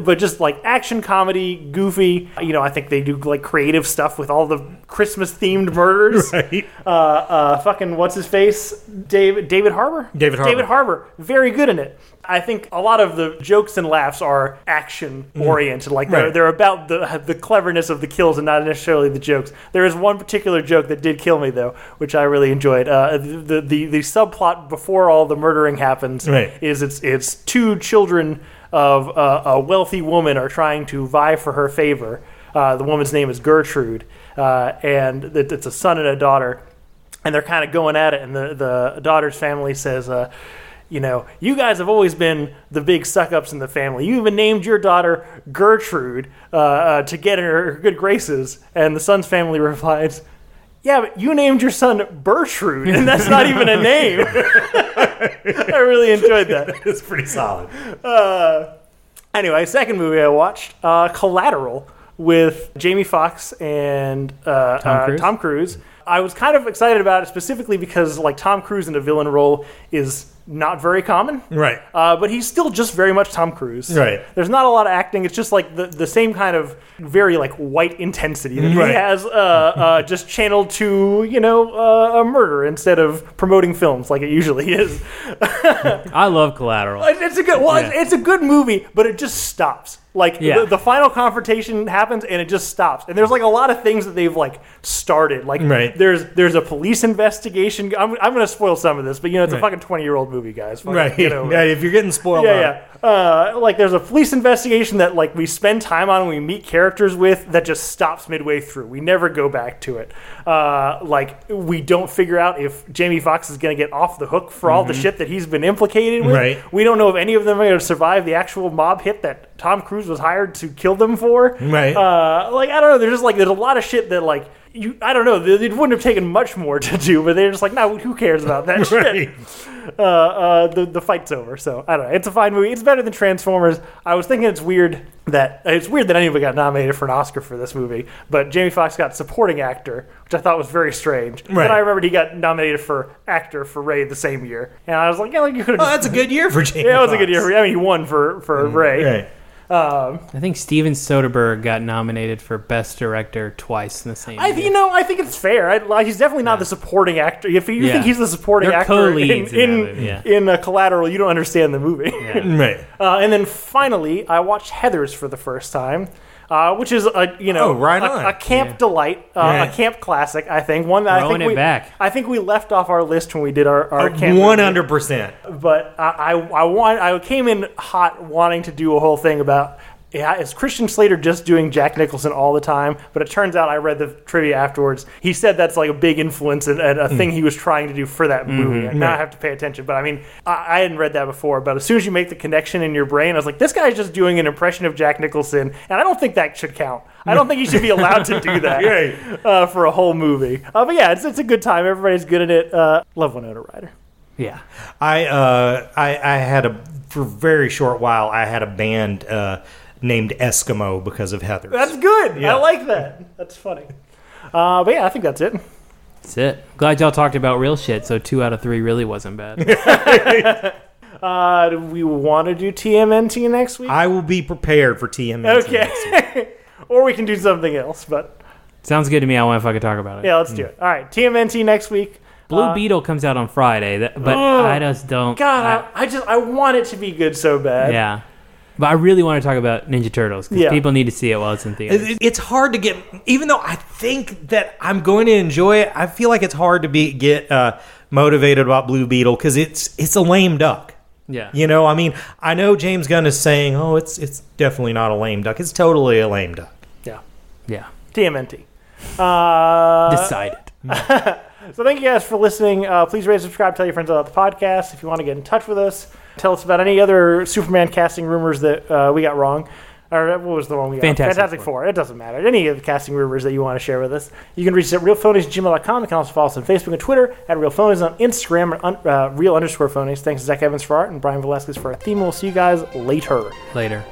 Speaker 2: but just like action comedy, goofy. You know, I think they do like creative stuff with all the Christmas themed murders.
Speaker 3: Right.
Speaker 2: Uh, uh, fucking what's his face? David David Harbor.
Speaker 3: David Harbour.
Speaker 2: David Harbor. Very good in it. I think a lot of the jokes and laughs are action oriented. Like they're,
Speaker 3: Mm-hmm. Right.
Speaker 2: they're about the the cleverness of the kills and not necessarily the jokes. There is one particular joke that did kill me though, which I really enjoyed. Uh, the, the the subplot before all the murdering happens
Speaker 3: Right.
Speaker 2: is it's it's two children of uh, a wealthy woman are trying to vie for her favor. Uh, the woman's name is Gertrude, uh, and it- it's a son and a daughter, and they're kind of going at it. And the the daughter's family says. Uh, you know, you guys have always been the big suck ups in the family. You even named your daughter Gertrude uh, uh, to get in her good graces. And the son's family replies, Yeah, but you named your son Bertrude, and that's not even a name. I really enjoyed that.
Speaker 3: It's pretty solid.
Speaker 2: Uh, anyway, second movie I watched, uh, Collateral, with Jamie Foxx and uh,
Speaker 1: Tom
Speaker 2: uh,
Speaker 1: Cruise?
Speaker 2: Tom Cruise. I was kind of excited about it specifically because like Tom Cruise in a villain role is not very common.
Speaker 3: Right.
Speaker 2: Uh, but he's still just very much Tom Cruise.
Speaker 3: Right.
Speaker 2: There's not a lot of acting. It's just like the, the same kind of very like white intensity that
Speaker 3: Right.
Speaker 2: he has, uh, uh, just channeled to you know uh, a murder instead of promoting films like it usually is.
Speaker 1: I love Collateral.
Speaker 2: It- It's a good. Well, it's,
Speaker 1: Yeah.
Speaker 2: it's a good movie, but it just stops. Like
Speaker 1: Yeah.
Speaker 2: the, the final confrontation happens, and it just stops. And there's like a lot of things that they've like started. Like
Speaker 3: Right.
Speaker 2: there's there's a police investigation. I'm, I'm gonna spoil some of this, but you know it's
Speaker 3: Right.
Speaker 2: a fucking twenty year old movie, guys. Fucking
Speaker 3: Right.
Speaker 2: get over it.
Speaker 3: Yeah, if you're getting spoiled, on
Speaker 2: Yeah,
Speaker 3: it.
Speaker 2: yeah. Uh, like there's a police investigation that like we spend time on, and we meet characters with that just stops midway through. We never go back to it. Uh, like we don't figure out if Jamie Foxx is going to get off the hook for all the shit that he's been implicated with.
Speaker 3: Mm-hmm. Right.
Speaker 2: We don't know if any of them are going to survive the actual mob hit that Tom Cruise was hired to kill them for.
Speaker 3: Right.
Speaker 2: Uh, like I don't know. There's just like there's a lot of shit that like. You, I don't know. They- It wouldn't have taken much more to do, but they're just like, no, who cares about that shit?
Speaker 3: Right.
Speaker 2: uh, uh, the the fight's over. So I don't know. It's a fine movie. It's better than Transformers. I was thinking it's weird that it's weird that anybody got nominated for an Oscar for this movie, but Jamie Foxx got supporting actor, which I thought was very strange. But
Speaker 3: Right.
Speaker 2: I remembered he got nominated for actor for Ray the same year, and I was like, yeah, like you could
Speaker 3: Oh,
Speaker 2: have.
Speaker 3: that's a good year for Jamie.
Speaker 2: Yeah, it was a good year.
Speaker 3: Foxx. Mm-hmm.
Speaker 2: For, I mean, he won for for Ray.
Speaker 3: Right.
Speaker 1: I think Steven Soderbergh got nominated for Best Director twice in the same
Speaker 2: I,
Speaker 1: year.
Speaker 2: th- you know, I think it's fair. I, like, he's definitely not the supporting actor. If you
Speaker 1: Yeah.
Speaker 2: think he's the supporting
Speaker 1: They're
Speaker 2: actor in
Speaker 1: co-leads in that
Speaker 2: in,
Speaker 1: movie, yeah.
Speaker 2: in a collateral, you don't understand the movie.
Speaker 3: Right.
Speaker 2: Uh, and then finally, I watched Heather's for the first time, uh, which is a you know
Speaker 3: Oh, right
Speaker 2: a,
Speaker 3: on.
Speaker 2: a camp
Speaker 1: Yeah.
Speaker 2: delight, uh,
Speaker 3: Yeah.
Speaker 2: a camp classic. I think one that I
Speaker 1: Throwing
Speaker 2: think
Speaker 1: it
Speaker 2: we
Speaker 1: back.
Speaker 2: I think we left off our list when we did our, our camp.
Speaker 3: One hundred percent.
Speaker 2: But I, I I want I came in hot wanting to do a whole thing about. Yeah, is Christian Slater just doing Jack Nicholson all the time? But it turns out I read the trivia afterwards. He said that's like a big influence and, and a thing he was trying to do for that movie. And now I have to pay attention. But I mean, I, I hadn't read that before. But as soon as you make the connection in your brain, I was like, this guy's just doing an impression of Jack Nicholson. And I don't think that should count. I don't think he should be allowed to do that
Speaker 3: Right.
Speaker 2: uh, for a whole movie. Uh, but yeah, it's, it's a good time. Everybody's good at it. Uh, love Winona Ryder.
Speaker 1: yeah.
Speaker 3: I uh, I I had a for a very short while I had a band uh, named Eskimo because of Heather.
Speaker 2: That's good.
Speaker 3: Yeah.
Speaker 2: I like that. That's funny. Uh, but yeah, I think that's it.
Speaker 1: That's it. Glad y'all talked about real shit, so two out of three really wasn't bad.
Speaker 2: Uh, do we want to do TMNT next week?
Speaker 3: I will be prepared for TMNT.
Speaker 2: okay. or we can do something else. But
Speaker 1: Sounds good to me. I want to fucking talk about it.
Speaker 2: yeah, let's do it. All right, TMNT next week.
Speaker 1: Blue
Speaker 2: Uh,
Speaker 1: Beetle comes out on Friday, that, but
Speaker 2: Ugh.
Speaker 1: I just don't.
Speaker 2: God, I, I just I want it to be good so bad.
Speaker 1: yeah. But I really want to talk about Ninja Turtles because
Speaker 2: Yeah.
Speaker 1: people need to see it while it's in
Speaker 3: It-
Speaker 1: theaters.
Speaker 3: it- It's hard to get, even though I think that I'm going to enjoy it. I feel like it's hard to be get uh, motivated about Blue Beetle because it's it's a lame duck.
Speaker 1: Yeah.
Speaker 3: You know, I mean, I know James Gunn is saying, "Oh, it's it's definitely not a lame duck. It's totally a lame duck."
Speaker 2: yeah.
Speaker 1: Yeah.
Speaker 2: TMNT. Uh,
Speaker 1: Decided.
Speaker 2: So thank you guys for listening. Uh, please rate, subscribe, tell your friends about the podcast. If you want to get in touch with us, tell us about any other Superman casting rumors that uh, we got wrong. Or what was the one we got?
Speaker 1: Fantastic
Speaker 2: Four. It doesn't matter. Any of the casting rumors that you want to share with us. You can reach us at realphonies at gmail.com. You can also follow us on Facebook and Twitter at realphonies on Instagram at un- uh, real underscore phonies. Thanks to Zach Evans for art and Brian Velasquez for our theme. We'll see you guys later.
Speaker 1: Later.